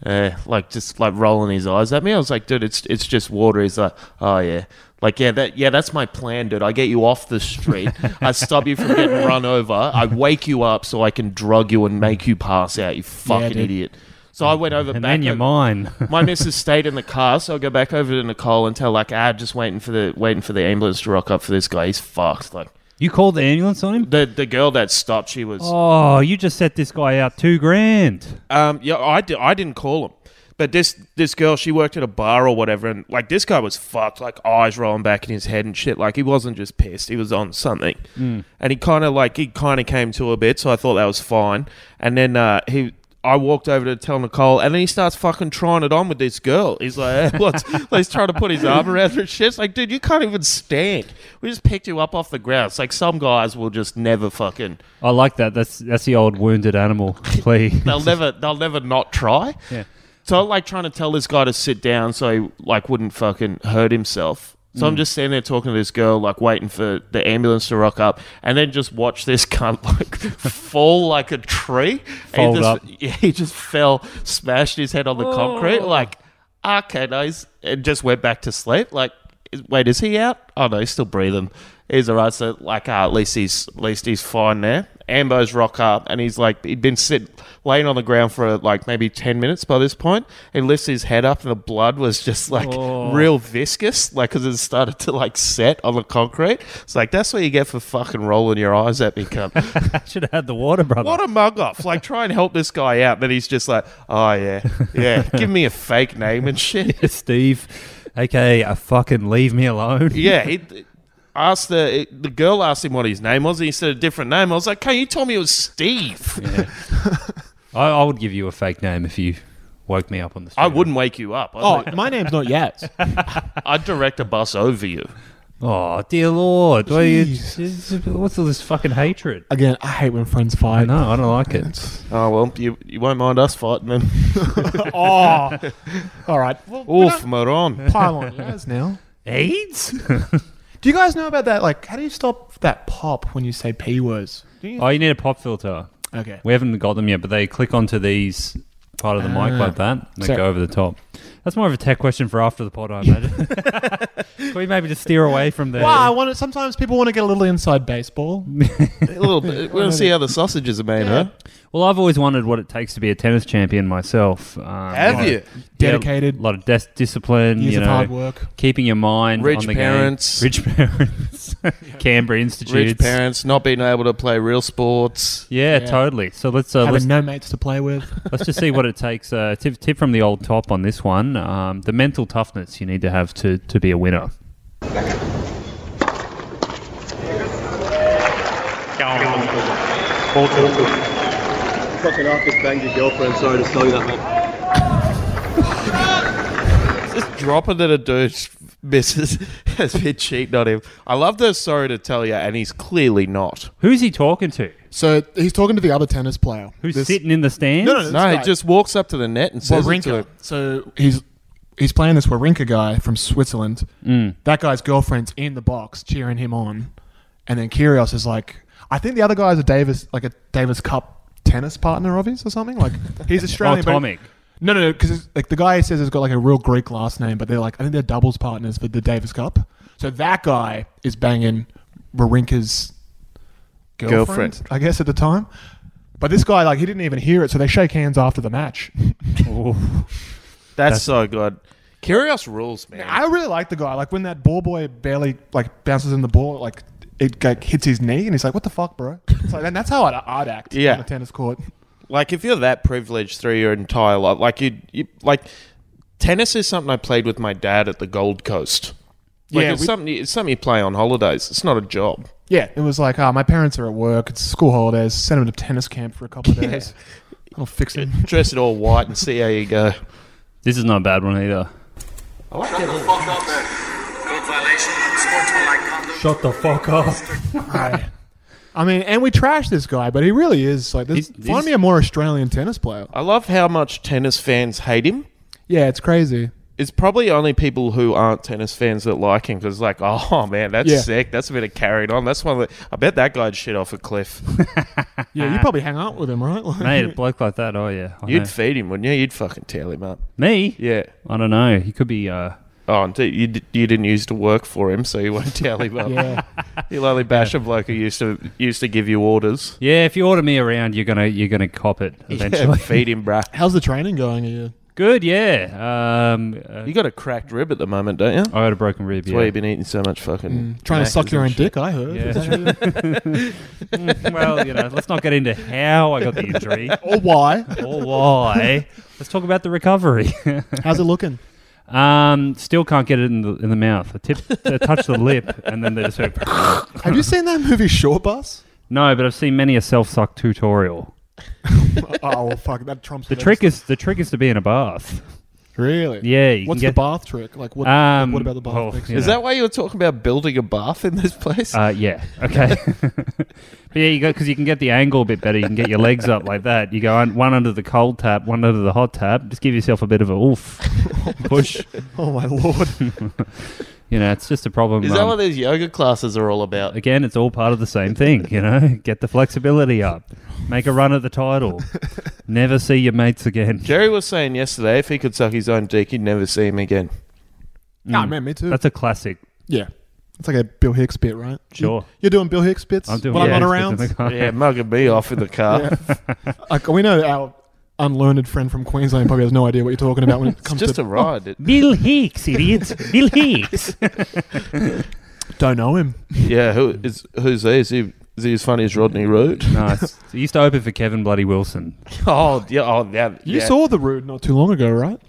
[SPEAKER 5] Eh, like just like rolling his eyes at me. I was like, dude, it's it's just water. He's like, oh yeah, like yeah, that yeah, that's my plan, dude. I get you off the
[SPEAKER 3] [laughs]
[SPEAKER 5] street. I stop you from getting run over. I wake you up so I can drug you and make you pass out. You fucking
[SPEAKER 7] dude.
[SPEAKER 5] idiot. So I went over
[SPEAKER 3] And
[SPEAKER 5] back
[SPEAKER 3] then you're
[SPEAKER 5] over-
[SPEAKER 3] mine. [laughs]
[SPEAKER 5] my missus stayed in the car, so I go back over to Nicole and tell like, ah, just waiting for the waiting for the ambulance to rock up for this guy. He's fucked. Like
[SPEAKER 3] you called the ambulance on him?
[SPEAKER 5] the the girl that stopped, she was.
[SPEAKER 3] Oh, you just set this guy out two grand.
[SPEAKER 5] Um, yeah, I di- I didn't call him, but this this girl, she worked at a bar or whatever, and like this guy was fucked, like eyes rolling back in his head and shit. Like he wasn't just pissed; he was on something, and he kind of like he kind of came to a bit. So I thought that was fine, and then uh, he. I walked over to tell Nicole, and then he starts fucking trying it on with this girl. He's like, [laughs] eh, what's, like, he's trying to put his arm around her and shit. It's like, dude, you can't even stand. We just picked you up off the ground. It's like some guys will just never fucking
[SPEAKER 3] I like that. That's that's the old wounded animal plea.
[SPEAKER 7] [laughs]
[SPEAKER 5] they'll never they'll never not try.
[SPEAKER 3] Yeah.
[SPEAKER 5] So I'm like trying to tell this guy to sit down so he like wouldn't fucking hurt himself. So
[SPEAKER 3] Mm.
[SPEAKER 5] I'm just standing there talking to this girl, like waiting for the ambulance to rock up, and then just watch this [laughs] cunt like fall like a tree.
[SPEAKER 3] Fold
[SPEAKER 5] he just,
[SPEAKER 3] up.
[SPEAKER 5] [laughs] yeah, he just fell, smashed his head on the concrete. Like, okay, nice, and just went back to sleep. Like, is- wait, is he out? Oh no, he's still breathing. He's alright. So like, ah, at least he's at least he's fine there. Ambos rock up, and he's like, he'd been sitting laying on the ground for like maybe ten minutes by this point. He lifts his head up, and the blood was just like real viscous, like because it started to like set on the concrete. It's like that's what you get for fucking rolling your eyes at me, cunt.
[SPEAKER 3] [laughs] I should have had the water, brother.
[SPEAKER 5] What a mug off. Like, try and help this guy out. Then he's just like, oh, yeah, [laughs] yeah, give me a fake name and shit.
[SPEAKER 3] [laughs] Steve, aka uh, fucking leave me alone.
[SPEAKER 5] Yeah. He asked the, the girl asked him what his name was, and he said a different name. I was like, hey, you told me it was Steve.
[SPEAKER 3] I, I would give you a fake name if you woke me up on the street.
[SPEAKER 5] I wouldn't wake you up. I'd,
[SPEAKER 7] Oh, my name's not Yaz.
[SPEAKER 5] I'd direct a bus over you.
[SPEAKER 3] Oh dear lord! Why you-
[SPEAKER 7] Jeez.
[SPEAKER 3] what's all this fucking hatred?
[SPEAKER 7] [laughs] Again, I hate when friends
[SPEAKER 3] I
[SPEAKER 7] fight.
[SPEAKER 3] know. I don't like it.
[SPEAKER 5] Oh, well, you, you won't mind us fighting then.
[SPEAKER 7] Oh, [laughs] all right. Well, we
[SPEAKER 5] Oof, [laughs]
[SPEAKER 7] don't
[SPEAKER 5] moron.
[SPEAKER 7] pile [laughs] on Yaz now.
[SPEAKER 3] AIDS? [laughs]
[SPEAKER 7] Do you guys know about that? Like, how do you stop that pop when you say p words? Do you?
[SPEAKER 3] oh, you need a pop filter.
[SPEAKER 7] Okay.
[SPEAKER 3] We haven't got them yet, but they click onto these part of the mic like that and they
[SPEAKER 7] So-
[SPEAKER 3] go over the top. That's more of a tech question for after the pod, I imagine. [laughs] Can we maybe just steer away from the
[SPEAKER 7] Well, I want to, sometimes people want to get a little inside baseball.
[SPEAKER 5] a little bit. We'll see how the sausages are made, huh?
[SPEAKER 3] Well, I've always wondered what it takes to be a tennis champion myself. Um,
[SPEAKER 5] Have
[SPEAKER 3] know,
[SPEAKER 5] you?
[SPEAKER 3] yeah,
[SPEAKER 7] Dedicated.
[SPEAKER 3] a lot of des- discipline.
[SPEAKER 7] Years
[SPEAKER 3] you
[SPEAKER 7] of
[SPEAKER 3] know,
[SPEAKER 7] hard work.
[SPEAKER 3] Keeping your mind
[SPEAKER 5] Rich
[SPEAKER 3] on the
[SPEAKER 5] parents.
[SPEAKER 3] Game. [laughs] Rich
[SPEAKER 5] [laughs]
[SPEAKER 3] parents. Canberra Institutes.
[SPEAKER 5] Rich parents not being able to play real sports.
[SPEAKER 3] Yeah, totally. So let's uh,
[SPEAKER 7] Having
[SPEAKER 3] let's,
[SPEAKER 7] no mates to play with.
[SPEAKER 3] let's just see what it takes. Uh, tip tip from the old top on this next one, um, the mental toughness you need to have to, to be a winner.
[SPEAKER 10] Fucking off just banged your girlfriend. Sorry to tell you that, man.
[SPEAKER 5] [laughs] Just dropping that a dude misses has been cheating on him. I love the sorry to tell you, and he's clearly not.
[SPEAKER 3] Who is he talking to?
[SPEAKER 7] [laughs] So he's talking to the other tennis player.
[SPEAKER 3] Who's
[SPEAKER 7] This-
[SPEAKER 3] sitting in the stands?
[SPEAKER 7] No, no, no.
[SPEAKER 5] No, he
[SPEAKER 7] guy.
[SPEAKER 5] just walks up to the net and says it to
[SPEAKER 7] Wawrinka.
[SPEAKER 5] him.
[SPEAKER 7] So he's he's playing this Wawrinka guy from Switzerland. That guy's girlfriend's in the box cheering him on, and then Kyrgios is like, I think the other guy's a Davis like a Davis Cup tennis partner of his or something. Like he's Australian. but-
[SPEAKER 3] Tomic.
[SPEAKER 7] No, no, no, because like the guy says has got like a real Greek last name, but they're like I think they're doubles partners for the Davis Cup. So that guy is banging Wawrinka's girlfriend,
[SPEAKER 5] Girlfriend.
[SPEAKER 7] I guess at the time. But this guy, like, he didn't even hear it, so they shake hands after the match.
[SPEAKER 5] That's, so good. Curious rules, man.
[SPEAKER 7] I really like the guy. Like when that ball boy barely like bounces in the ball, like it like, hits his knee, and he's like, "What the fuck, bro?" It's like, and that's how I'd, I'd act
[SPEAKER 5] Yeah.
[SPEAKER 7] on a tennis court.
[SPEAKER 5] like if you're that privileged through your entire life, like you, you like tennis is something I played with my dad at the Gold Coast. Like
[SPEAKER 7] Yeah,
[SPEAKER 5] it's
[SPEAKER 7] we-
[SPEAKER 5] something it's something you play on holidays. It's not a job.
[SPEAKER 7] Yeah, it was like, "Ah, my parents are at work. It's school holidays. Send him to tennis camp for a couple of days. I'll fix him."
[SPEAKER 5] Dress it all white and see how you go.
[SPEAKER 3] This is not a bad one either.
[SPEAKER 4] Shut the fuck up, man. Code violation. Sportsmanlike conduct.
[SPEAKER 11] Shut the fuck up.
[SPEAKER 7] I, I mean, and we trashed this guy, but he really is like. This,
[SPEAKER 3] He's-
[SPEAKER 7] find
[SPEAKER 3] he's-
[SPEAKER 7] me a more Australian tennis player.
[SPEAKER 5] I love how much tennis fans hate him.
[SPEAKER 7] Yeah, it's crazy.
[SPEAKER 5] It's probably only people who aren't tennis fans that like him because, like, [laughs] oh man, that's
[SPEAKER 7] Yeah.
[SPEAKER 5] sick. That's a bit of carried on. That's one. Of the, I bet that guy'd shit off a
[SPEAKER 3] [laughs]
[SPEAKER 5] cliff.
[SPEAKER 7] Yeah, you probably hang out with him, right? Like,
[SPEAKER 3] Mate, a
[SPEAKER 7] [laughs]
[SPEAKER 3] bloke like that, oh yeah. I know.
[SPEAKER 5] You'd feed him, wouldn't you? You'd fucking tear him up.
[SPEAKER 3] Me?
[SPEAKER 5] Yeah.
[SPEAKER 3] I don't know. He could be. Uh,
[SPEAKER 5] Oh, and you, d- you didn't used to work for him, so you won't tell him
[SPEAKER 3] [laughs]
[SPEAKER 5] up.
[SPEAKER 7] yeah.
[SPEAKER 5] You'll only bash a bloke who used to used to give you orders.
[SPEAKER 3] yeah, if you order me around, you're gonna you're gonna cop it eventually. [laughs]
[SPEAKER 5] feed him, bruh.
[SPEAKER 7] How's the training going? Are you?
[SPEAKER 3] Good, yeah. Um, uh,
[SPEAKER 5] You got a cracked rib at the moment, don't you? That's
[SPEAKER 3] I got a broken rib.
[SPEAKER 5] why
[SPEAKER 3] Oh, Yeah.
[SPEAKER 5] you've been eating so much fucking.
[SPEAKER 7] Trying to suck your own dick, I heard. Is that how you-
[SPEAKER 3] [laughs] Mm, well, you know, let's not get into how I got the injury
[SPEAKER 7] Or why?
[SPEAKER 3] or why. Let's talk about the recovery. [laughs]
[SPEAKER 7] How's it looking?
[SPEAKER 3] um, still can't get it in the in the mouth. I tip, I touch the lip, and then they just went.
[SPEAKER 7] Have you seen that movie Short Bus?
[SPEAKER 3] [laughs] No, but I've seen many a self suck tutorial.
[SPEAKER 7] [laughs] oh well, fuck that trumps
[SPEAKER 3] The trick is the trick is to be in a bath.
[SPEAKER 7] really
[SPEAKER 3] Yeah, you
[SPEAKER 7] What's
[SPEAKER 3] can
[SPEAKER 7] the
[SPEAKER 3] get-
[SPEAKER 7] bath trick? Like what?
[SPEAKER 3] Um,
[SPEAKER 7] what about the bath?
[SPEAKER 3] oh,
[SPEAKER 7] tricks?
[SPEAKER 3] you
[SPEAKER 5] Is
[SPEAKER 3] know.
[SPEAKER 5] that why you were talking about building a bath in this place?
[SPEAKER 3] Uh, yeah.
[SPEAKER 7] [laughs]
[SPEAKER 3] Okay. but yeah, you go because you can get the angle a bit better. You can get your legs up like that. You go un- one under the cold tap, one under the hot tap. Just give yourself a bit of a
[SPEAKER 7] [laughs]
[SPEAKER 3] oof push.
[SPEAKER 7] Oh my lord!
[SPEAKER 3] [laughs] You know, it's just a problem.
[SPEAKER 5] Is that
[SPEAKER 3] um,
[SPEAKER 5] what these yoga classes are all about?
[SPEAKER 3] again, it's all part of the same thing. You know, get the flexibility up, make a run at the
[SPEAKER 7] [laughs]
[SPEAKER 3] title, never see your mates again.
[SPEAKER 5] Jerry was saying yesterday if he could suck his own dick, he'd never see him again.
[SPEAKER 7] nah, man, me too.
[SPEAKER 3] That's a classic.
[SPEAKER 7] yeah, it's like a Bill Hicks bit, right?
[SPEAKER 3] Sure.
[SPEAKER 7] You, you're doing Bill Hicks bits.
[SPEAKER 3] I'm doing
[SPEAKER 7] when I'm
[SPEAKER 3] yeah,
[SPEAKER 7] not
[SPEAKER 3] it's
[SPEAKER 7] around.
[SPEAKER 3] in the car.
[SPEAKER 5] Yeah, mugging me off in the car.
[SPEAKER 7] Like, we know our unlearned friend from Queensland probably has no idea what you're talking about when [laughs] it
[SPEAKER 5] It's [laughs]
[SPEAKER 7] comes
[SPEAKER 5] just
[SPEAKER 7] to.
[SPEAKER 5] a ride. It-
[SPEAKER 3] [laughs] Bill Hicks, idiot.
[SPEAKER 7] [laughs]
[SPEAKER 3] Bill Hicks.
[SPEAKER 7] don't know him.
[SPEAKER 5] [laughs] yeah, who is who's he? Is he, is he as funny as Rodney Root?
[SPEAKER 3] nice. It used to open for Kevin Bloody Wilson.
[SPEAKER 5] [laughs] oh, yeah, oh, yeah.
[SPEAKER 7] You
[SPEAKER 5] yeah.
[SPEAKER 7] saw the Rude not too long ago, right?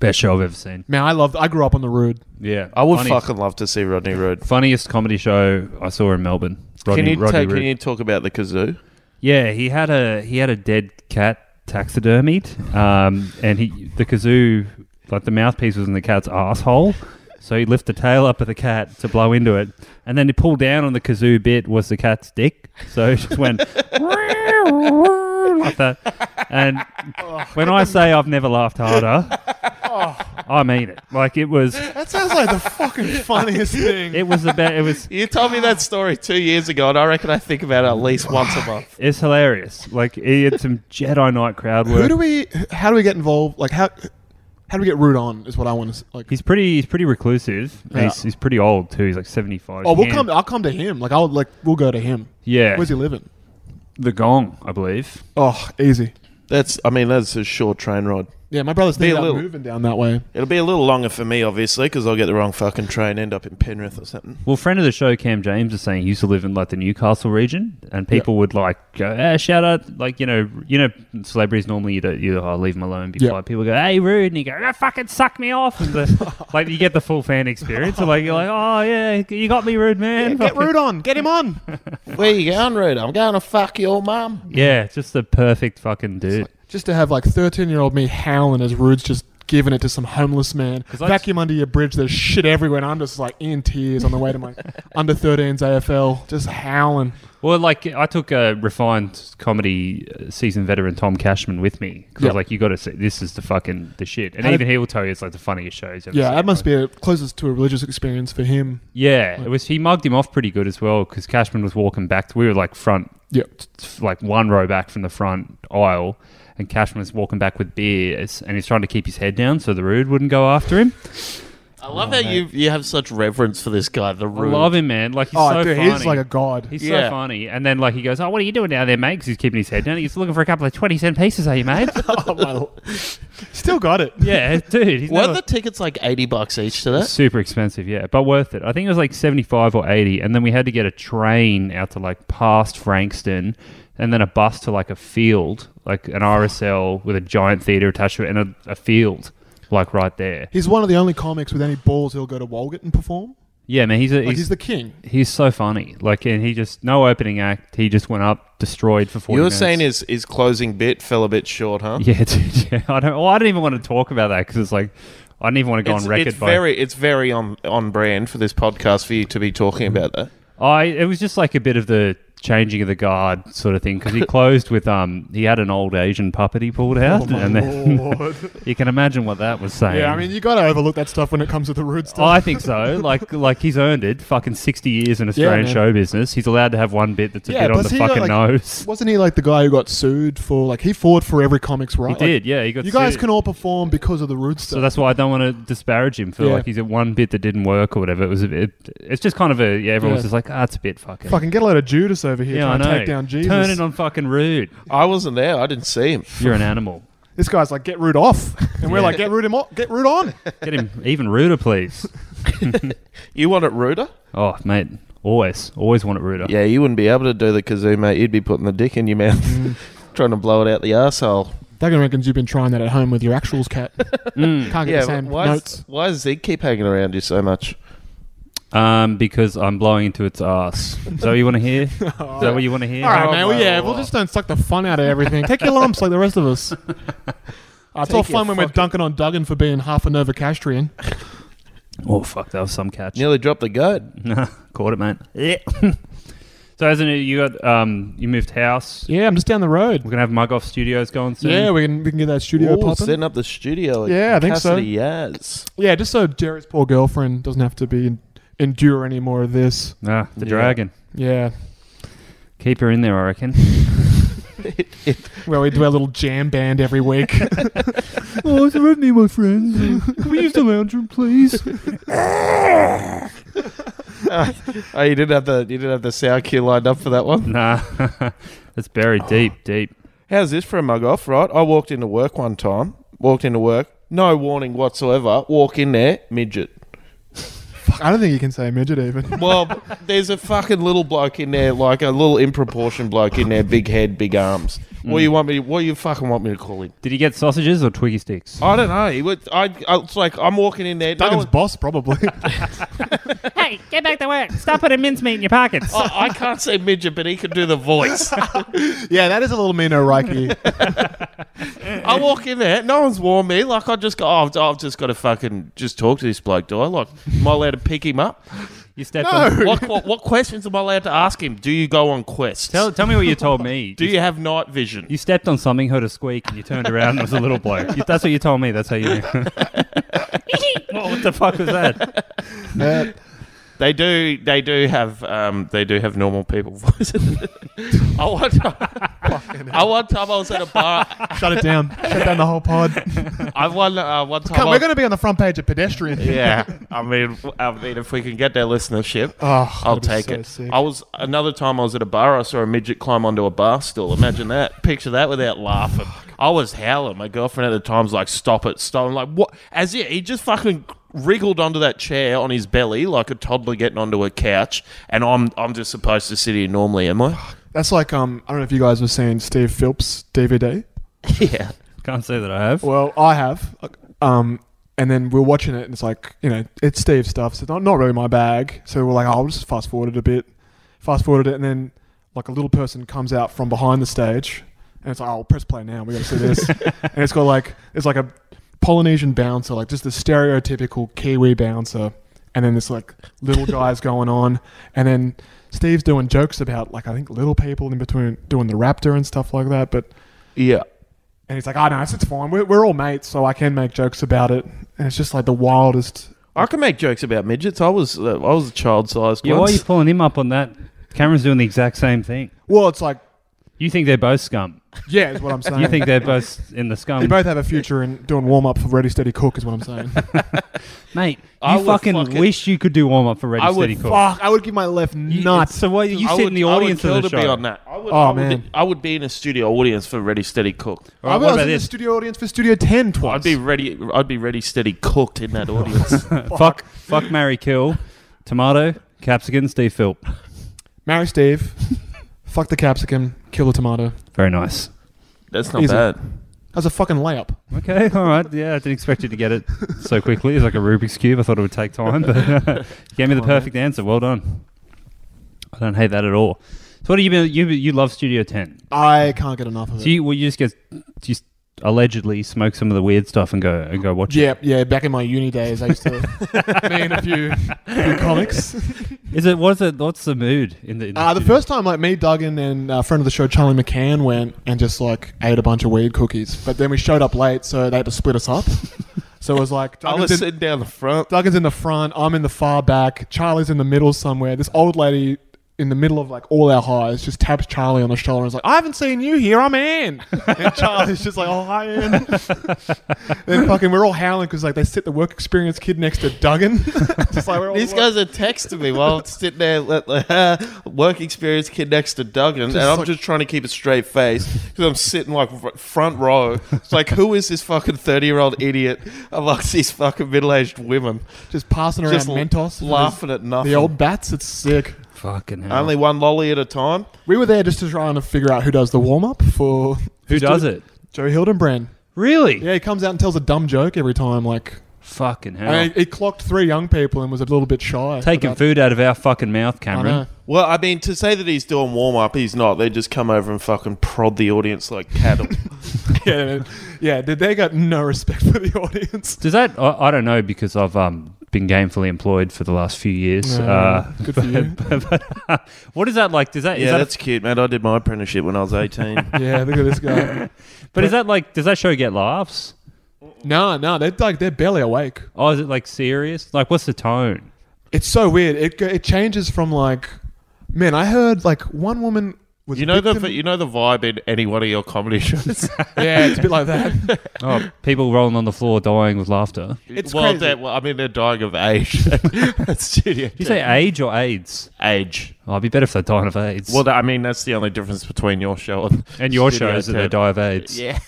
[SPEAKER 3] Best show I've ever seen.
[SPEAKER 7] Man, I loved. I grew up on the Rude.
[SPEAKER 3] Yeah.
[SPEAKER 5] I would
[SPEAKER 3] Funny-
[SPEAKER 5] fucking love to see Rodney Root.
[SPEAKER 3] funniest comedy show I saw in Melbourne. Rodney,
[SPEAKER 5] Can you,
[SPEAKER 3] Rodney
[SPEAKER 5] take,
[SPEAKER 3] Root.
[SPEAKER 5] can you talk about the kazoo?
[SPEAKER 3] Yeah, he had a he had a dead cat taxidermied, um, and he the kazoo like the mouthpiece was in the cat's asshole. So he lifted the tail up of the cat to blow into it, and then he pulled down on the kazoo bit was the cat's dick. So it
[SPEAKER 5] [laughs]
[SPEAKER 3] just went like that. And
[SPEAKER 5] Oh.
[SPEAKER 3] when I say I've never
[SPEAKER 5] [laughs]
[SPEAKER 3] laughed harder, I mean it. Like it was,
[SPEAKER 7] That sounds like
[SPEAKER 3] [laughs]
[SPEAKER 7] the fucking funniest thing.
[SPEAKER 3] it was the best. It was
[SPEAKER 5] You told me that story two years ago, and I reckon I think about it at least once [sighs] a month.
[SPEAKER 3] It's hilarious. Like he had
[SPEAKER 7] [laughs]
[SPEAKER 3] some Jedi Knight crowd work.
[SPEAKER 7] Who do we? How do we get involved? Like how? How do we get Rude on? Is what I want to like.
[SPEAKER 3] he's pretty. He's pretty reclusive. And
[SPEAKER 7] Yeah.
[SPEAKER 3] He's, he's pretty old too. He's like seventy five.
[SPEAKER 7] Oh, we'll come. I'll come to him. Like I'll like we'll go to him.
[SPEAKER 3] Yeah,
[SPEAKER 7] Where's he living?
[SPEAKER 3] the Gong, I believe.
[SPEAKER 7] Oh, easy.
[SPEAKER 5] That's, I mean, that's a short train ride.
[SPEAKER 7] Yeah, my brother's
[SPEAKER 5] Be a
[SPEAKER 7] thinking about
[SPEAKER 5] little-
[SPEAKER 7] moving down that way.
[SPEAKER 5] It'll be a little longer for me, obviously, because I'll get the wrong fucking train, end up in Penrith or something.
[SPEAKER 3] Well, friend of the show, Cam James, is saying he used to live in like the Newcastle region, and people would like go, eh, shout out, like you know, you know, celebrities normally you don't, you oh, leave them alone. Before
[SPEAKER 7] Yeah.
[SPEAKER 3] like, people go, hey, rude, and you go, oh, fucking suck me off, and
[SPEAKER 7] [laughs]
[SPEAKER 3] the, like you get the full fan experience. So, like you're like, oh yeah, you got me, rude man.
[SPEAKER 7] Get Rude on. Get him on.
[SPEAKER 5] Where you going, Rude? I'm going to fuck your mum.
[SPEAKER 3] Yeah, just the perfect fucking dude.
[SPEAKER 7] Just to have like 13 year old me howling as Rude's just giving it to some homeless man.
[SPEAKER 3] I
[SPEAKER 7] Vacuum under your bridge. There's shit everywhere. And I'm just like in tears on the way to my under 13s AFL. Just howling.
[SPEAKER 3] Well, like I took a refined comedy uh, seasoned veteran Tom Cashman with me because
[SPEAKER 7] Yeah.
[SPEAKER 3] like you got to see this is the fucking the shit, and
[SPEAKER 7] Had a-
[SPEAKER 3] even he will tell you it's like the funniest show he's ever
[SPEAKER 7] Yeah,
[SPEAKER 3] seen,
[SPEAKER 7] that must
[SPEAKER 3] right?
[SPEAKER 7] be a, closest to a religious experience for him.
[SPEAKER 3] Yeah, it was. He mugged him off pretty good as well because Cashman was walking back. We were like front,
[SPEAKER 7] Yeah.
[SPEAKER 3] like one row back from the front aisle, and Cashman was walking back with beers, and he's trying to keep his head down so the rude wouldn't go after him.
[SPEAKER 5] I love how you you have such reverence for this guy, the Rude.
[SPEAKER 3] I love him, man. Like he's
[SPEAKER 7] Oh,
[SPEAKER 3] so
[SPEAKER 7] dude,
[SPEAKER 3] funny.
[SPEAKER 7] he's like a god.
[SPEAKER 3] He's
[SPEAKER 5] Yeah.
[SPEAKER 3] so funny. And then like he goes, "Oh, what are you doing down there, mate?" Because he's keeping his head down. He's looking for a couple of twenty cent pieces, are you, mate?
[SPEAKER 7] Oh, my lord. Still got it.
[SPEAKER 3] yeah,
[SPEAKER 5] [laughs]
[SPEAKER 3] dude. He's
[SPEAKER 5] Were
[SPEAKER 3] never-
[SPEAKER 5] the tickets like 80 bucks each to that?
[SPEAKER 3] Super expensive, yeah, but worth it. I think it was like 75 or 80, and then we had to get a train out to like past Frankston and then a bus to like a field, like an RSL with a giant theater attached to it and a, a field like right there.
[SPEAKER 7] He's one of the only comics with any balls who'll go to Walgett and perform.
[SPEAKER 3] Yeah, man, he's a,
[SPEAKER 7] Like,
[SPEAKER 3] he's,
[SPEAKER 7] he's, the king.
[SPEAKER 3] he's so funny. Like and he just no opening act, he just went up destroyed for 40
[SPEAKER 5] You're
[SPEAKER 3] minutes.
[SPEAKER 5] saying his, his closing bit fell a bit short, huh?
[SPEAKER 3] [laughs] Yeah, dude, yeah. I don't well, I don't even want to talk about that cuz it's like I didn't even want to go
[SPEAKER 5] It's,
[SPEAKER 3] on record
[SPEAKER 5] it's
[SPEAKER 3] by
[SPEAKER 5] very it's very on on brand for this podcast for you to be talking about that.
[SPEAKER 3] I it was just like a bit of the changing of the guard sort of thing because he closed with um he had an old Asian puppet he pulled out and
[SPEAKER 7] [laughs]
[SPEAKER 3] then [laughs] you can imagine what that was saying.
[SPEAKER 7] Oh Yeah, I mean, you got to overlook that stuff when it comes to the rude stuff.
[SPEAKER 3] I think so. Like, like he's earned it. Fucking sixty years in Australian
[SPEAKER 7] man.
[SPEAKER 3] show business. He's allowed to have one bit that's a bit on
[SPEAKER 7] plus
[SPEAKER 3] the
[SPEAKER 7] he got,
[SPEAKER 3] fucking
[SPEAKER 7] like-
[SPEAKER 3] nose.
[SPEAKER 7] Wasn't he like the guy who got sued for like he fought for every comics right?
[SPEAKER 3] He
[SPEAKER 7] Like,
[SPEAKER 3] did. Yeah, he got.
[SPEAKER 7] you guys
[SPEAKER 3] sued.
[SPEAKER 7] can all perform because of the rude
[SPEAKER 3] So
[SPEAKER 7] stuff.
[SPEAKER 3] that's why I don't want to disparage him for
[SPEAKER 7] Yeah.
[SPEAKER 3] like he's at one bit that didn't work or whatever. It was a bit. It's just kind of a yeah. Everyone's
[SPEAKER 7] Yeah.
[SPEAKER 3] just like, ah, it's a bit fucking.
[SPEAKER 7] Fucking get a load of Judas over here
[SPEAKER 3] yeah, I
[SPEAKER 7] trying to
[SPEAKER 3] know.
[SPEAKER 7] take down Jesus.
[SPEAKER 3] Turn it on fucking rude.
[SPEAKER 5] I wasn't there. I didn't see him.
[SPEAKER 3] You're an animal.
[SPEAKER 7] This guy's like, get rude off, [laughs] and we're like, get rude him off, get rude on.
[SPEAKER 3] Get
[SPEAKER 7] [laughs]
[SPEAKER 3] him even ruder, please.
[SPEAKER 5] You want it ruder?
[SPEAKER 3] Oh, mate. Always. Always want it ruder.
[SPEAKER 5] Yeah, you wouldn't be able to do the kazoo, mate. You'd be putting the dick in your mouth, [laughs] trying to blow it out the asshole.
[SPEAKER 7] Dagon reckons you've been trying that at home with your
[SPEAKER 3] [laughs]
[SPEAKER 7] actuals cat.
[SPEAKER 3] Mm.
[SPEAKER 7] Can't get the
[SPEAKER 5] Yeah,
[SPEAKER 7] same
[SPEAKER 5] why,
[SPEAKER 7] notes.
[SPEAKER 5] is, why does Zig keep hanging around you so much?
[SPEAKER 3] Um, because I'm blowing into its ass. Is that what you want to
[SPEAKER 7] [laughs]
[SPEAKER 3] hear? Is that what you want to hear?
[SPEAKER 7] All right,
[SPEAKER 5] Oh
[SPEAKER 7] man. Well,
[SPEAKER 5] my
[SPEAKER 7] yeah, we'll
[SPEAKER 5] lord.
[SPEAKER 7] just don't suck the fun out
[SPEAKER 5] [laughs]
[SPEAKER 7] of everything. Take your lumps like the rest of us. Uh, it's all
[SPEAKER 5] Take your
[SPEAKER 7] fun when we're
[SPEAKER 5] fucking-
[SPEAKER 7] dunking on Duggan for being half a Novocastrian.
[SPEAKER 3] Oh, fuck. That was some catch.
[SPEAKER 5] Nearly dropped the goat.
[SPEAKER 3] [laughs] Caught it, mate. Yeah. [laughs] so, as an you got, um, you moved house.
[SPEAKER 7] Yeah, I'm just down the road.
[SPEAKER 3] We're going to have Mug Off Studios going soon.
[SPEAKER 7] Yeah, we can we can get that studio
[SPEAKER 5] Ooh,
[SPEAKER 7] popping.
[SPEAKER 5] setting up the studio. at
[SPEAKER 7] Yeah, I think so.
[SPEAKER 5] Cassidy Yaz.
[SPEAKER 7] Yeah, just so Jared's poor girlfriend doesn't have to be endure any more of this.
[SPEAKER 3] Ah, the
[SPEAKER 5] Yeah.
[SPEAKER 3] dragon.
[SPEAKER 7] Yeah,
[SPEAKER 3] Keep her in there, I reckon.
[SPEAKER 7] where we do our little jam band
[SPEAKER 5] [laughs]
[SPEAKER 7] every week.
[SPEAKER 3] [laughs]
[SPEAKER 7] [laughs]
[SPEAKER 3] oh, it's with me, my [laughs] friends. Can we use the lounge room, please?
[SPEAKER 5] Oh, you didn't have the you didn't have the sound cue lined up for that one.
[SPEAKER 3] [laughs] nah. [laughs] That's buried deep, deep.
[SPEAKER 5] How's this for a mug off, right? I walked into work one time. Walked into work, no warning whatsoever. Walk in there, midget.
[SPEAKER 7] Fuck, I don't think you can say midget even.
[SPEAKER 5] Well, there's a fucking little bloke in there, like a little in proportion bloke in there, big head, big arms. What do you want me? What do you fucking want me to call him?
[SPEAKER 3] Did he get sausages or Twiggy
[SPEAKER 7] Oh,
[SPEAKER 3] sticks?
[SPEAKER 5] I don't know. He would, I, I it's like I'm walking in there. No
[SPEAKER 7] Duggan's
[SPEAKER 5] one,
[SPEAKER 7] boss probably.
[SPEAKER 5] [laughs]
[SPEAKER 7] [laughs]
[SPEAKER 3] Hey, get back to work. Stop putting mincemeat in your pockets.
[SPEAKER 5] I, I can't say midget, but he can do the voice.
[SPEAKER 7] yeah, that is a little
[SPEAKER 5] [laughs]
[SPEAKER 7] mean Reiki.
[SPEAKER 5] I walk in there, no one's warned me. Like I just go, oh, I've, I've just got to fucking just talk to this bloke. Do I like? Am I allowed to pick him up?
[SPEAKER 3] You stepped on.
[SPEAKER 7] No.
[SPEAKER 5] What, what, what questions am I allowed to ask him? Do you go on quests?
[SPEAKER 3] Tell, tell me what you told
[SPEAKER 7] [laughs]
[SPEAKER 3] me.
[SPEAKER 5] do you have night vision?
[SPEAKER 3] You stepped on something, heard a squeak, and you turned around and it was a little bloke. You- That's what you told me. That's how you knew. Well, what the fuck was that?
[SPEAKER 7] Yeah.
[SPEAKER 5] They
[SPEAKER 7] [laughs]
[SPEAKER 5] do. They do have. Um, they do have normal people voices. I want. I one time I was at a bar.
[SPEAKER 7] Shut it down. Shut down the
[SPEAKER 5] [laughs]
[SPEAKER 7] whole pod.
[SPEAKER 5] I one uh, one time.
[SPEAKER 7] Come,
[SPEAKER 5] I-
[SPEAKER 7] we're going to be on the front page of
[SPEAKER 5] [laughs]
[SPEAKER 7] Pedestrian.
[SPEAKER 5] yeah, I mean, I mean, if we can get their listenership,
[SPEAKER 7] Oh,
[SPEAKER 5] I'll
[SPEAKER 7] that'd be
[SPEAKER 5] take
[SPEAKER 7] so
[SPEAKER 5] it.
[SPEAKER 7] sick.
[SPEAKER 5] I was another time I was at a bar. I saw a midget climb onto a bar stool. Imagine that. Picture that without laughing. I was howling. My girlfriend at the time's like, "Stop it, stop!" I'm like, "What?" As if he just fucking wriggled onto that chair on his belly like a toddler getting onto a couch, and I'm I'm just supposed to sit here normally, am I?
[SPEAKER 7] That's like um, I don't know if you guys were seeing Steve Philps DVD.
[SPEAKER 5] [laughs] yeah.
[SPEAKER 3] Can't say that I have.
[SPEAKER 7] Well, I have. Um, and then we're watching it, and it's like you know, it's Steve's stuff, so it's not not really my bag. So we're like, oh, I'll just fast forward it a bit. Fast forwarded it, and then like a little person comes out from behind the stage, and it's like, oh, press play now. We got to see this. and it's got like it's like a Polynesian bouncer, like just the stereotypical Kiwi bouncer. And then this like little guys going on, and then Steve's doing jokes about like I think little people in between doing the raptor and stuff like that. But
[SPEAKER 5] Yeah.
[SPEAKER 7] and he's like, "I oh, know it's, it's fine. We're, we're all mates, so I can make jokes about it." And it's just like the wildest.
[SPEAKER 5] I can make jokes about midgets. I was uh, I was a child sized.
[SPEAKER 3] Yeah, why are you pulling him up on that? Cameron's doing the exact same thing.
[SPEAKER 7] Well, it's like,
[SPEAKER 3] You think they're both scum.
[SPEAKER 7] yeah, is what I'm
[SPEAKER 3] [laughs]
[SPEAKER 7] saying.
[SPEAKER 3] You think
[SPEAKER 5] [laughs]
[SPEAKER 3] they're both in the
[SPEAKER 7] they
[SPEAKER 3] scum.
[SPEAKER 7] both have a future in doing warm up for Ready Steady Cook? Is what I'm
[SPEAKER 3] [laughs]
[SPEAKER 7] saying.
[SPEAKER 3] Mate, you
[SPEAKER 5] I would
[SPEAKER 3] fucking
[SPEAKER 5] fucking-
[SPEAKER 3] wish you could do warm up for Ready
[SPEAKER 5] I would
[SPEAKER 3] Steady Cook.
[SPEAKER 7] Fuck, I would give my left
[SPEAKER 3] You-
[SPEAKER 7] nuts.
[SPEAKER 3] So why you
[SPEAKER 5] I
[SPEAKER 3] sit
[SPEAKER 5] would-
[SPEAKER 3] in the
[SPEAKER 5] I would
[SPEAKER 3] audience
[SPEAKER 5] kill
[SPEAKER 3] of the
[SPEAKER 5] to
[SPEAKER 3] show?
[SPEAKER 5] be on that. I would,
[SPEAKER 7] Oh,
[SPEAKER 5] I would
[SPEAKER 7] man.
[SPEAKER 5] Be, I would be in a studio audience for Ready Steady Cook.
[SPEAKER 3] All right,
[SPEAKER 7] I
[SPEAKER 3] what
[SPEAKER 7] was
[SPEAKER 3] about
[SPEAKER 7] in the
[SPEAKER 3] this?
[SPEAKER 7] studio audience for Studio Ten twice.
[SPEAKER 5] I'd be ready. I'd be ready, steady, cooked in that [laughs] audience.
[SPEAKER 3] Fuck, fuck, Mary, kill, tomato, capsicum, Steve Philp.
[SPEAKER 7] marry
[SPEAKER 3] [laughs]
[SPEAKER 7] Steve, fuck the capsicum, kill the tomato.
[SPEAKER 3] Very nice.
[SPEAKER 5] That's not
[SPEAKER 7] Easy.
[SPEAKER 5] bad.
[SPEAKER 7] That was a fucking layup.
[SPEAKER 3] Okay, all right. Yeah, I didn't expect you to get it so quickly. It's like a Rubik's cube. I thought it would take time, but [laughs] you gave me the perfect answer. Well done. I don't hate that at all. So what have you been? You you love Studio Ten.
[SPEAKER 7] I can't get enough of
[SPEAKER 3] So
[SPEAKER 7] it.
[SPEAKER 3] you, well, you just get just allegedly smoke some of the weird stuff and go and go watch
[SPEAKER 7] Yeah, yeah. Back in my uni days, I
[SPEAKER 3] [laughs]
[SPEAKER 7] used to me and a few, few comics.
[SPEAKER 3] it. Is it what's it? What's the mood in the? In
[SPEAKER 7] Uh, the
[SPEAKER 3] studio?
[SPEAKER 7] first time, like me, Duggan, and uh, friend of the show Charlie McCann went and just like ate a bunch of weed cookies. But then we showed up late, so they had to split us up. so it was like
[SPEAKER 5] I was
[SPEAKER 7] Duggan's in,
[SPEAKER 5] sitting down the front.
[SPEAKER 7] Duggan's in the front, I'm in the far back, Charlie's in the middle somewhere. This old lady in the middle of like all our highs just taps Charlie on the shoulder and is like, "I haven't seen you here. I'm Ann." and Charlie's just like, "Oh hi, Ann." [laughs] and fucking, we're all howling because like they sit the work experience kid next to Duggan. [laughs] just like we're all
[SPEAKER 5] These guys are texting me while I'm sitting there, [laughs] let- let- uh, work experience kid next to Duggan, and I'm
[SPEAKER 7] like-
[SPEAKER 5] just trying to keep a straight face because I'm sitting like r- front row. It's like, who is this fucking thirty year old idiot amongst these fucking middle aged women?
[SPEAKER 7] just passing around
[SPEAKER 5] Just l-
[SPEAKER 7] Mentos,
[SPEAKER 5] laughing at nothing.
[SPEAKER 7] The old bats, it's sick.
[SPEAKER 3] fucking hell.
[SPEAKER 5] Only one lolly at a time.
[SPEAKER 7] We were there just to try and figure out who does the warm up for
[SPEAKER 3] [laughs] who does it?
[SPEAKER 7] Joe Hildenbrand.
[SPEAKER 3] Really?
[SPEAKER 7] Yeah, he comes out and tells a dumb joke every time. Like,
[SPEAKER 3] Fucking hell.
[SPEAKER 7] and he, he clocked three young people and was a little bit shy.
[SPEAKER 3] Taking
[SPEAKER 7] about-
[SPEAKER 3] food out of our fucking mouth,
[SPEAKER 7] I
[SPEAKER 3] Cameron.
[SPEAKER 7] know. [laughs]
[SPEAKER 5] Well, I mean, to say that he's doing warm up, he's not. They just come over and fucking prod the audience like cattle.
[SPEAKER 7] yeah, man. yeah. Did they got no respect for the audience?
[SPEAKER 3] Does that? I, I don't know because I've um, been gainfully employed for the last few years.
[SPEAKER 7] No,
[SPEAKER 3] uh,
[SPEAKER 7] good for you.
[SPEAKER 3] [laughs] but, uh, what is that like? Does that? is
[SPEAKER 5] yeah,
[SPEAKER 3] that
[SPEAKER 5] that's cute, man. I did my apprenticeship when I was
[SPEAKER 3] [laughs]
[SPEAKER 5] 18.
[SPEAKER 7] [laughs] Yeah, look at this guy.
[SPEAKER 3] but is that like? Does that show get laughs?
[SPEAKER 7] no, no, they're like they're barely awake.
[SPEAKER 3] Or is it like serious? Like, what's the tone?
[SPEAKER 7] It's so weird. It go- it changes from like, man. I heard like one woman was
[SPEAKER 5] you know
[SPEAKER 7] victim-
[SPEAKER 5] the you know the vibe in any one of your comedy shows.
[SPEAKER 7] [laughs] yeah, it's a bit like that.
[SPEAKER 5] [laughs]
[SPEAKER 3] Oh, people rolling on the floor dying with laughter. Did
[SPEAKER 7] It's
[SPEAKER 5] well,
[SPEAKER 7] crazy.
[SPEAKER 5] they're- well, I mean, they're dying of age. [laughs] that's studio.
[SPEAKER 3] you say age or AIDS?
[SPEAKER 5] age?
[SPEAKER 3] Oh, I'd be better if they're dying of AIDS.
[SPEAKER 5] Well, that, I mean, that's the only difference between your show and,
[SPEAKER 3] and your
[SPEAKER 5] Studio
[SPEAKER 3] show is that they
[SPEAKER 5] 10.
[SPEAKER 3] die of AIDS.
[SPEAKER 5] Yeah.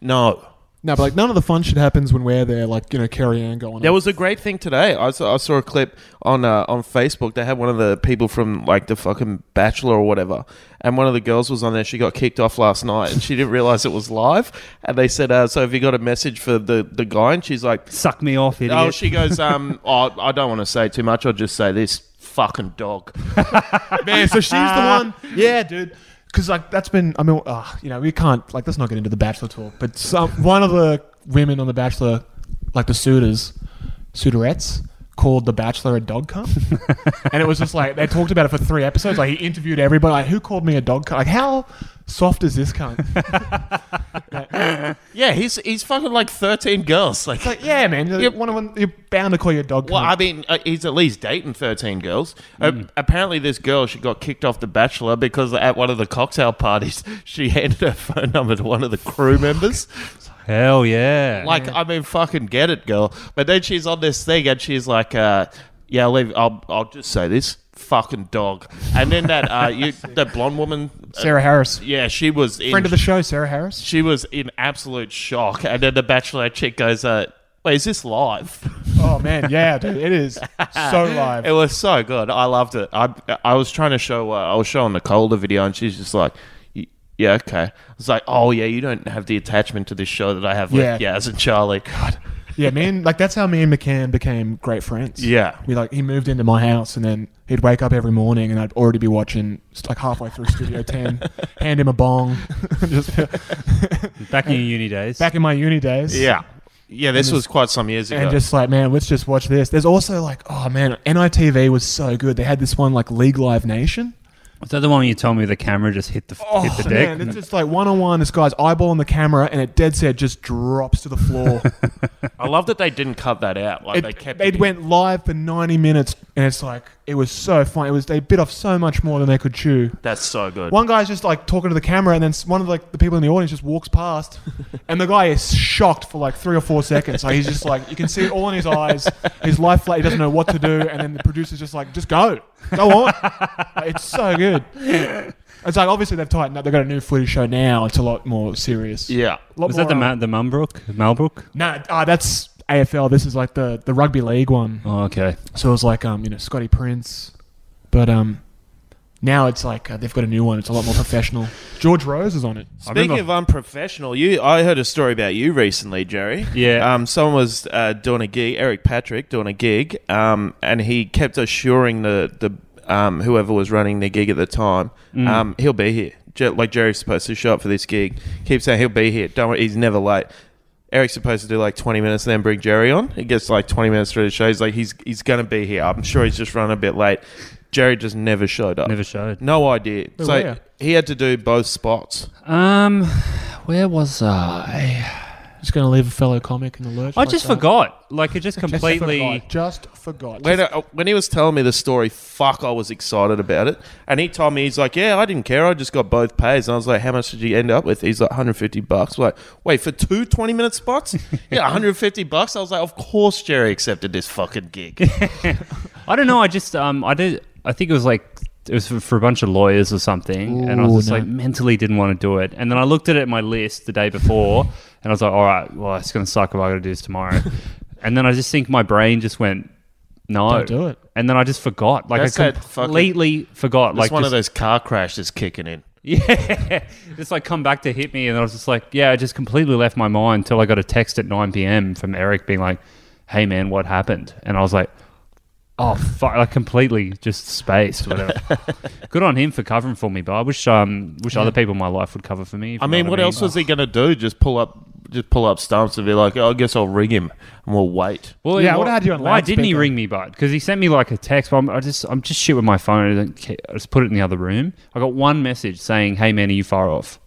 [SPEAKER 5] no.
[SPEAKER 7] No, but like none of the fun shit happens when we're there. Like you know, Carrie Ann going.
[SPEAKER 5] There
[SPEAKER 7] on.
[SPEAKER 5] was a great thing today. I saw, I saw a clip on uh, on Facebook. They had one of the people from like the fucking Bachelor or whatever, and one of the girls was on there. She got kicked off last night, and she didn't realize it was live. And they said, uh, "So have you got a message for the the guy?" And she's like,
[SPEAKER 3] Suck me off, idiot.
[SPEAKER 5] "Oh, she
[SPEAKER 11] [laughs]
[SPEAKER 5] goes, um, oh, I don't want to say too much. I'll just say this fucking
[SPEAKER 11] [laughs]
[SPEAKER 5] dog."
[SPEAKER 7] Man, so she's the one. [laughs] Yeah, dude. Because like that's been. I mean, uh, you know, we can't like let's not get into the Bachelor talk. But some one of the women on the Bachelor, like the suitors, suitorettes, called the Bachelor a dog [laughs] cunt, and it was just like they talked about it for three episodes. Like he interviewed everybody. Like who called me a dog cunt? Like how soft is this cunt? Yeah.
[SPEAKER 5] yeah, he's he's fucking like thirteen girls. Like,
[SPEAKER 7] Like, yeah, man. You're,
[SPEAKER 5] Yep.
[SPEAKER 7] one of them, you're bound to call your dog.
[SPEAKER 5] well,
[SPEAKER 7] cunt.
[SPEAKER 5] I mean, uh, he's at least dating thirteen girls. Uh,
[SPEAKER 11] Mm.
[SPEAKER 5] apparently, this girl she got kicked off The Bachelor because at one of the cocktail parties [laughs] she handed her phone number to one of
[SPEAKER 11] [laughs]
[SPEAKER 5] the crew members.
[SPEAKER 3] Hell yeah. [laughs]
[SPEAKER 5] Like, I mean, fucking get it, girl. But then she's on this thing and she's like, uh, yeah, I'll, leave, I'll, I'll just say this fucking dog. And then
[SPEAKER 11] [laughs]
[SPEAKER 5] that, uh, you, the blonde woman, uh,
[SPEAKER 11] Sarah
[SPEAKER 7] [laughs]
[SPEAKER 11] Harris.
[SPEAKER 5] yeah, she was in,
[SPEAKER 11] Friend of the show, Sarah Harris.
[SPEAKER 5] she was in absolute shock. And then the bachelorette chick goes, uh, wait, is this live?
[SPEAKER 7] oh man, yeah, dude, it is [laughs] so
[SPEAKER 5] [laughs]
[SPEAKER 7] live.
[SPEAKER 5] It was so good. I loved it. I I was trying to show. Uh, I was showing Nicole the video, and she's just like, "Y- "Yeah, okay." I was like, "Oh yeah, you don't have the attachment to this show that I have with
[SPEAKER 7] Yeah.
[SPEAKER 5] Yaz and Charlie." God.
[SPEAKER 7] Yeah, me and like that's how me and McCann became great friends.
[SPEAKER 5] Yeah.
[SPEAKER 7] we like he moved into my house, and then he'd wake up every morning, and I'd already be watching like halfway through
[SPEAKER 5] [laughs]
[SPEAKER 7] Studio Ten, hand him a bong, just
[SPEAKER 3] Back in your uni days.
[SPEAKER 7] back in my uni days.
[SPEAKER 5] Yeah, yeah. This was quite some years ago.
[SPEAKER 7] And just like, man, let's just watch this. There's also like, oh man, NITV was so good. They had this one like League Live Nation.
[SPEAKER 3] Is that the one you told me the camera just hit the
[SPEAKER 7] Oh
[SPEAKER 3] hit the deck?
[SPEAKER 7] man, it's just like one on one. This guy's eyeball on the camera, and it dead set just drops to the floor.
[SPEAKER 5] I love that they didn't cut that out. Like [laughs]
[SPEAKER 7] it,
[SPEAKER 5] they kept.
[SPEAKER 7] they
[SPEAKER 5] it in.
[SPEAKER 7] went live for 90 minutes, and it's like it was so fun. It was they bit off so much more than they could chew.
[SPEAKER 5] That's so good.
[SPEAKER 7] One guy's just like talking to the camera, and then s- one of like the people in the audience just walks past, and the guy is shocked for like three or four seconds. Like he's just like you can see it all in his eyes. His life flat. He doesn't know what to do, and then the producer's just like, just go, go on. Like, it's so good. It's like obviously they've tightened up. They've got a new footage show now. It's a lot more serious.
[SPEAKER 5] yeah.
[SPEAKER 7] A lot
[SPEAKER 3] Was that the
[SPEAKER 7] more,
[SPEAKER 3] Ma- the Mumbrook? Malbrook?
[SPEAKER 7] No, ah, that's AFL. This is like the the rugby league one.
[SPEAKER 3] Oh, okay.
[SPEAKER 7] So it was like, um, you know, Scotty Prince. But um, now it's like uh, they've got a new one. It's a
[SPEAKER 3] [laughs]
[SPEAKER 7] lot more professional. George Rose is on it.
[SPEAKER 5] Speaking
[SPEAKER 3] remember-
[SPEAKER 5] of unprofessional, you I heard a story about you recently, Jerry.
[SPEAKER 3] Yeah.
[SPEAKER 5] Um, someone was uh, doing a gig, Eric Patrick doing a gig, um, and he kept assuring the the um, whoever was running the gig at the time,
[SPEAKER 3] Mm.
[SPEAKER 5] um, he'll be here. Je- like Jerry's supposed to show up for this gig. Keep saying he'll be here. Don't worry, he's never late. Eric's supposed to do like 20 minutes and then bring Jerry on. He gets like 20 minutes through the show. He's like, he's he's gonna be here. I'm sure he's just running a bit late. Jerry just never showed up.
[SPEAKER 3] Never showed.
[SPEAKER 5] No idea. so
[SPEAKER 7] where?
[SPEAKER 5] he had to do both spots.
[SPEAKER 3] Um, where was I?
[SPEAKER 7] Just going to leave a fellow comic in the lurch.
[SPEAKER 3] I just forgot. Like it just completely.
[SPEAKER 7] Just forgot.
[SPEAKER 5] when, uh, when he was telling me the story, fuck, I was excited about it. And he told me, he's like, yeah, I didn't care. I just got both pays. And I was like, how much did you end up with? He's like, 150 bucks. like, wait, for two 20 minute [laughs] spots? yeah, 150 bucks. I was like, of course Jerry accepted this fucking [laughs] gig.
[SPEAKER 3] I don't know. I just um, I did. I think it was like it was for, for a bunch of lawyers or something, and I was
[SPEAKER 7] Ooh,
[SPEAKER 3] just
[SPEAKER 7] no.
[SPEAKER 3] like mentally didn't want to do it. And then I looked at it, my list the day before, and I was like, all right, well, it's gonna suck if I got to do this tomorrow. and then I just think my brain just went. No,
[SPEAKER 7] Don't do it.
[SPEAKER 3] And then I just forgot. Like
[SPEAKER 5] That's
[SPEAKER 3] I
[SPEAKER 5] that fucking-
[SPEAKER 3] completely forgot.
[SPEAKER 5] It's
[SPEAKER 3] Like
[SPEAKER 5] one
[SPEAKER 3] just-
[SPEAKER 5] of those car crashes kicking in.
[SPEAKER 3] [laughs] Yeah, it's like come back to hit me, and I was just like, yeah, I just completely left my mind until I got a text at 9 p.m. from Eric being like, "Hey man, what happened?" And I was like, "Oh fuck!" Like completely just
[SPEAKER 5] [laughs]
[SPEAKER 3] spaced, whatever. Good on him for covering for me, but I wish um wish other people in my life would cover for me. if
[SPEAKER 5] I
[SPEAKER 3] you
[SPEAKER 5] mean,
[SPEAKER 3] know
[SPEAKER 5] what else was he going to do? Just pull up. Just pull up stumps and be like, oh, I guess I'll ring him and we'll wait.
[SPEAKER 3] Well,
[SPEAKER 7] Yeah, I
[SPEAKER 3] wh-
[SPEAKER 7] would've had you on
[SPEAKER 3] Why didn't he
[SPEAKER 7] loudspeaker.
[SPEAKER 3] ring me, bud? Because he sent me like a text. But I'm, I just, I'm just shit with my phone. I, don't care. I just put it in the other room. I got one message saying, "Hey man, are you far off?"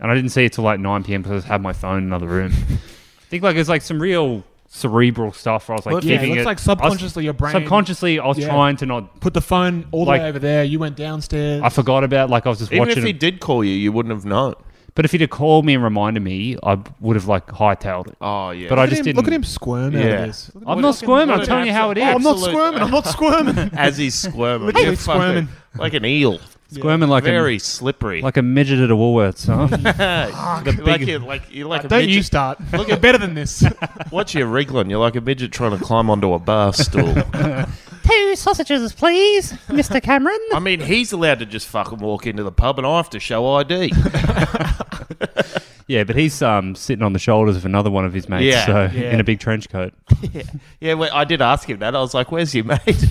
[SPEAKER 3] And I didn't see it till like 9 p.m. because I had my phone in another
[SPEAKER 7] [laughs]
[SPEAKER 3] room. I think like it's like some real cerebral stuff. Where I was like,
[SPEAKER 7] Well, yeah, it
[SPEAKER 3] keeping
[SPEAKER 7] looks
[SPEAKER 3] it-
[SPEAKER 7] like
[SPEAKER 3] I was-
[SPEAKER 7] subconsciously your brain-
[SPEAKER 3] Subconsciously, I was
[SPEAKER 7] Yeah.
[SPEAKER 3] trying to not.
[SPEAKER 7] Put the phone all the
[SPEAKER 3] Like-
[SPEAKER 7] way over there. You went downstairs.
[SPEAKER 3] I forgot about like I was just
[SPEAKER 5] Even
[SPEAKER 3] watching.
[SPEAKER 5] if he
[SPEAKER 3] it.
[SPEAKER 5] did call you, you wouldn't have known.
[SPEAKER 3] but if he'd have called me and reminded me, I would have like hightailed it.
[SPEAKER 5] Oh, yeah.
[SPEAKER 3] But I
[SPEAKER 7] Look at
[SPEAKER 3] just
[SPEAKER 7] him-
[SPEAKER 3] didn't.
[SPEAKER 7] Look at him squirm
[SPEAKER 5] Yeah.
[SPEAKER 7] out of this. Look at
[SPEAKER 3] I'm
[SPEAKER 7] him-
[SPEAKER 3] not squirming. I'm
[SPEAKER 5] an
[SPEAKER 3] telling you how it
[SPEAKER 5] absolute-
[SPEAKER 3] is.
[SPEAKER 7] Oh, I'm not
[SPEAKER 5] Absolute-
[SPEAKER 7] squirming.
[SPEAKER 3] [laughs]
[SPEAKER 7] I'm not squirming.
[SPEAKER 5] [laughs] As he's [laughs] squirming.
[SPEAKER 7] Literally
[SPEAKER 5] You're fucking-
[SPEAKER 7] squirming.
[SPEAKER 5] Like an eel.
[SPEAKER 3] squirming like
[SPEAKER 5] Very
[SPEAKER 3] a
[SPEAKER 5] slippery.
[SPEAKER 3] like a midget at a Woolworths.
[SPEAKER 7] [laughs]
[SPEAKER 3] Huh?
[SPEAKER 5] The- like you're like you're like a
[SPEAKER 7] Don't
[SPEAKER 5] midget.
[SPEAKER 3] [laughs]
[SPEAKER 7] you start. Look at better than this. [laughs]
[SPEAKER 5] What's your wriggling? You're like a midget trying to climb onto a bar stool.
[SPEAKER 3] [laughs] Two sausages, please, Mr. Cameron.
[SPEAKER 5] I mean, he's allowed to just fucking walk into the pub, and I have to show ID.
[SPEAKER 3] Yeah, but he's um, sitting on the shoulders of another one of his mates,
[SPEAKER 5] Yeah.
[SPEAKER 3] so [laughs]
[SPEAKER 5] Yeah.
[SPEAKER 3] in a big trench coat.
[SPEAKER 5] yeah, well, I did ask him that. I was like, "Where's your mate?" [laughs]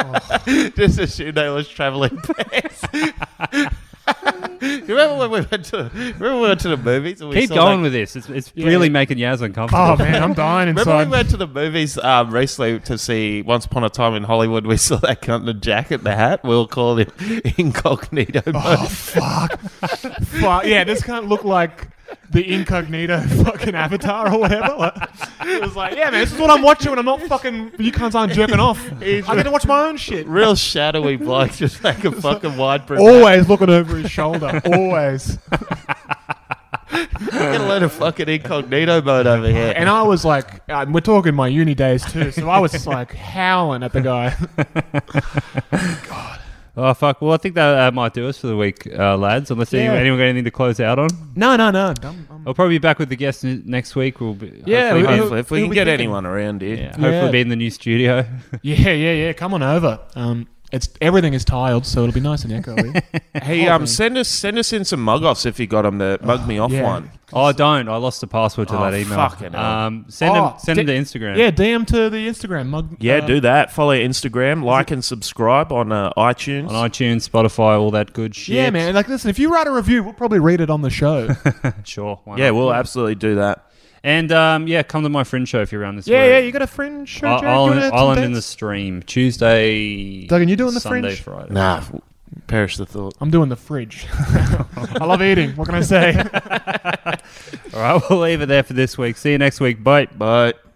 [SPEAKER 3] Oh.
[SPEAKER 5] [laughs] just assume they was traveling pairs. remember when we went to remember when we went to the movies? And we
[SPEAKER 3] Keep
[SPEAKER 5] saw,
[SPEAKER 3] going
[SPEAKER 5] like-
[SPEAKER 3] with this. It's, it's really making Yaz uncomfortable.
[SPEAKER 7] Oh man, I'm dying
[SPEAKER 5] Remember we
[SPEAKER 7] inside.
[SPEAKER 5] went to the movies um, recently to see Once Upon a Time in Hollywood. We [laughs] saw that cunt in the jacket, and the hat. We'll call him [laughs] Incognito. [laughs]
[SPEAKER 7] Oh fuck. fuck. Yeah, this can't look like the incognito [laughs] fucking avatar or whatever.
[SPEAKER 3] [laughs]
[SPEAKER 7] Like, it was like, yeah, man, this is what I'm watching when I'm not fucking. You cunts aren't jerking off. [laughs] I get to watch my own shit.
[SPEAKER 5] Real shadowy bloke, [laughs] just like a fucking wide brim.
[SPEAKER 7] Always looking over his shoulder. Always.
[SPEAKER 5] Get a load of fucking incognito mode over here.
[SPEAKER 7] [laughs] And I was like, uh, we're talking my uni days too, so I was like howling at the guy.
[SPEAKER 3] [laughs] Oh, fuck. Well, I think that uh, might do us for the week, uh, lads. Unless
[SPEAKER 7] Yeah.
[SPEAKER 3] anyone, anyone got anything to close out on.
[SPEAKER 7] [laughs] No, no, no.
[SPEAKER 3] I'll probably be back with the guests n- next week. We'll be,
[SPEAKER 5] yeah,
[SPEAKER 3] hopefully,
[SPEAKER 5] hopefully,
[SPEAKER 3] hopefully,
[SPEAKER 5] if we
[SPEAKER 7] who
[SPEAKER 5] can
[SPEAKER 7] we
[SPEAKER 5] get
[SPEAKER 7] thinking?
[SPEAKER 5] anyone around here. Yeah.
[SPEAKER 3] hopefully be in the
[SPEAKER 5] [laughs]
[SPEAKER 3] new studio.
[SPEAKER 7] Yeah, yeah, yeah. Come on over. Um, it's everything is tiled, so it'll be nice and echoey.
[SPEAKER 5] [laughs] Hey, um, send us send us in some mug offs if you got them. The mug me off
[SPEAKER 7] yeah.
[SPEAKER 5] one.
[SPEAKER 3] oh, don't. I lost the password to
[SPEAKER 5] Oh,
[SPEAKER 3] that email.
[SPEAKER 5] fucking hell.
[SPEAKER 3] um, send
[SPEAKER 7] Oh,
[SPEAKER 3] them, send them to
[SPEAKER 7] di-
[SPEAKER 3] Instagram.
[SPEAKER 7] yeah, DM to the Instagram mug.
[SPEAKER 5] Yeah,
[SPEAKER 7] uh,
[SPEAKER 5] do that. Follow Instagram, like and subscribe on uh, iTunes.
[SPEAKER 3] On iTunes, Spotify, all that good shit.
[SPEAKER 7] Yeah, man. Like, listen, if you write a review, we'll probably read it on the show.
[SPEAKER 3] Sure. why
[SPEAKER 5] yeah,
[SPEAKER 3] not?
[SPEAKER 5] we'll absolutely do that.
[SPEAKER 3] And um, yeah, come to my friend show if you're around this
[SPEAKER 7] yeah,
[SPEAKER 3] week.
[SPEAKER 7] yeah. You got a friend show, Jack? You wanna
[SPEAKER 3] Island,
[SPEAKER 7] add some
[SPEAKER 3] Island in the
[SPEAKER 7] dates?
[SPEAKER 3] stream Tuesday.
[SPEAKER 7] Duggan, you doing the
[SPEAKER 3] Sunday,
[SPEAKER 7] fringe?
[SPEAKER 3] Friday.
[SPEAKER 5] Nah, perish the thought.
[SPEAKER 7] I'm doing the fridge. [laughs] I love eating.
[SPEAKER 3] [laughs]
[SPEAKER 7] What can I say?
[SPEAKER 3] All right, we'll leave it there for this week. See you next week. Bye.
[SPEAKER 5] But.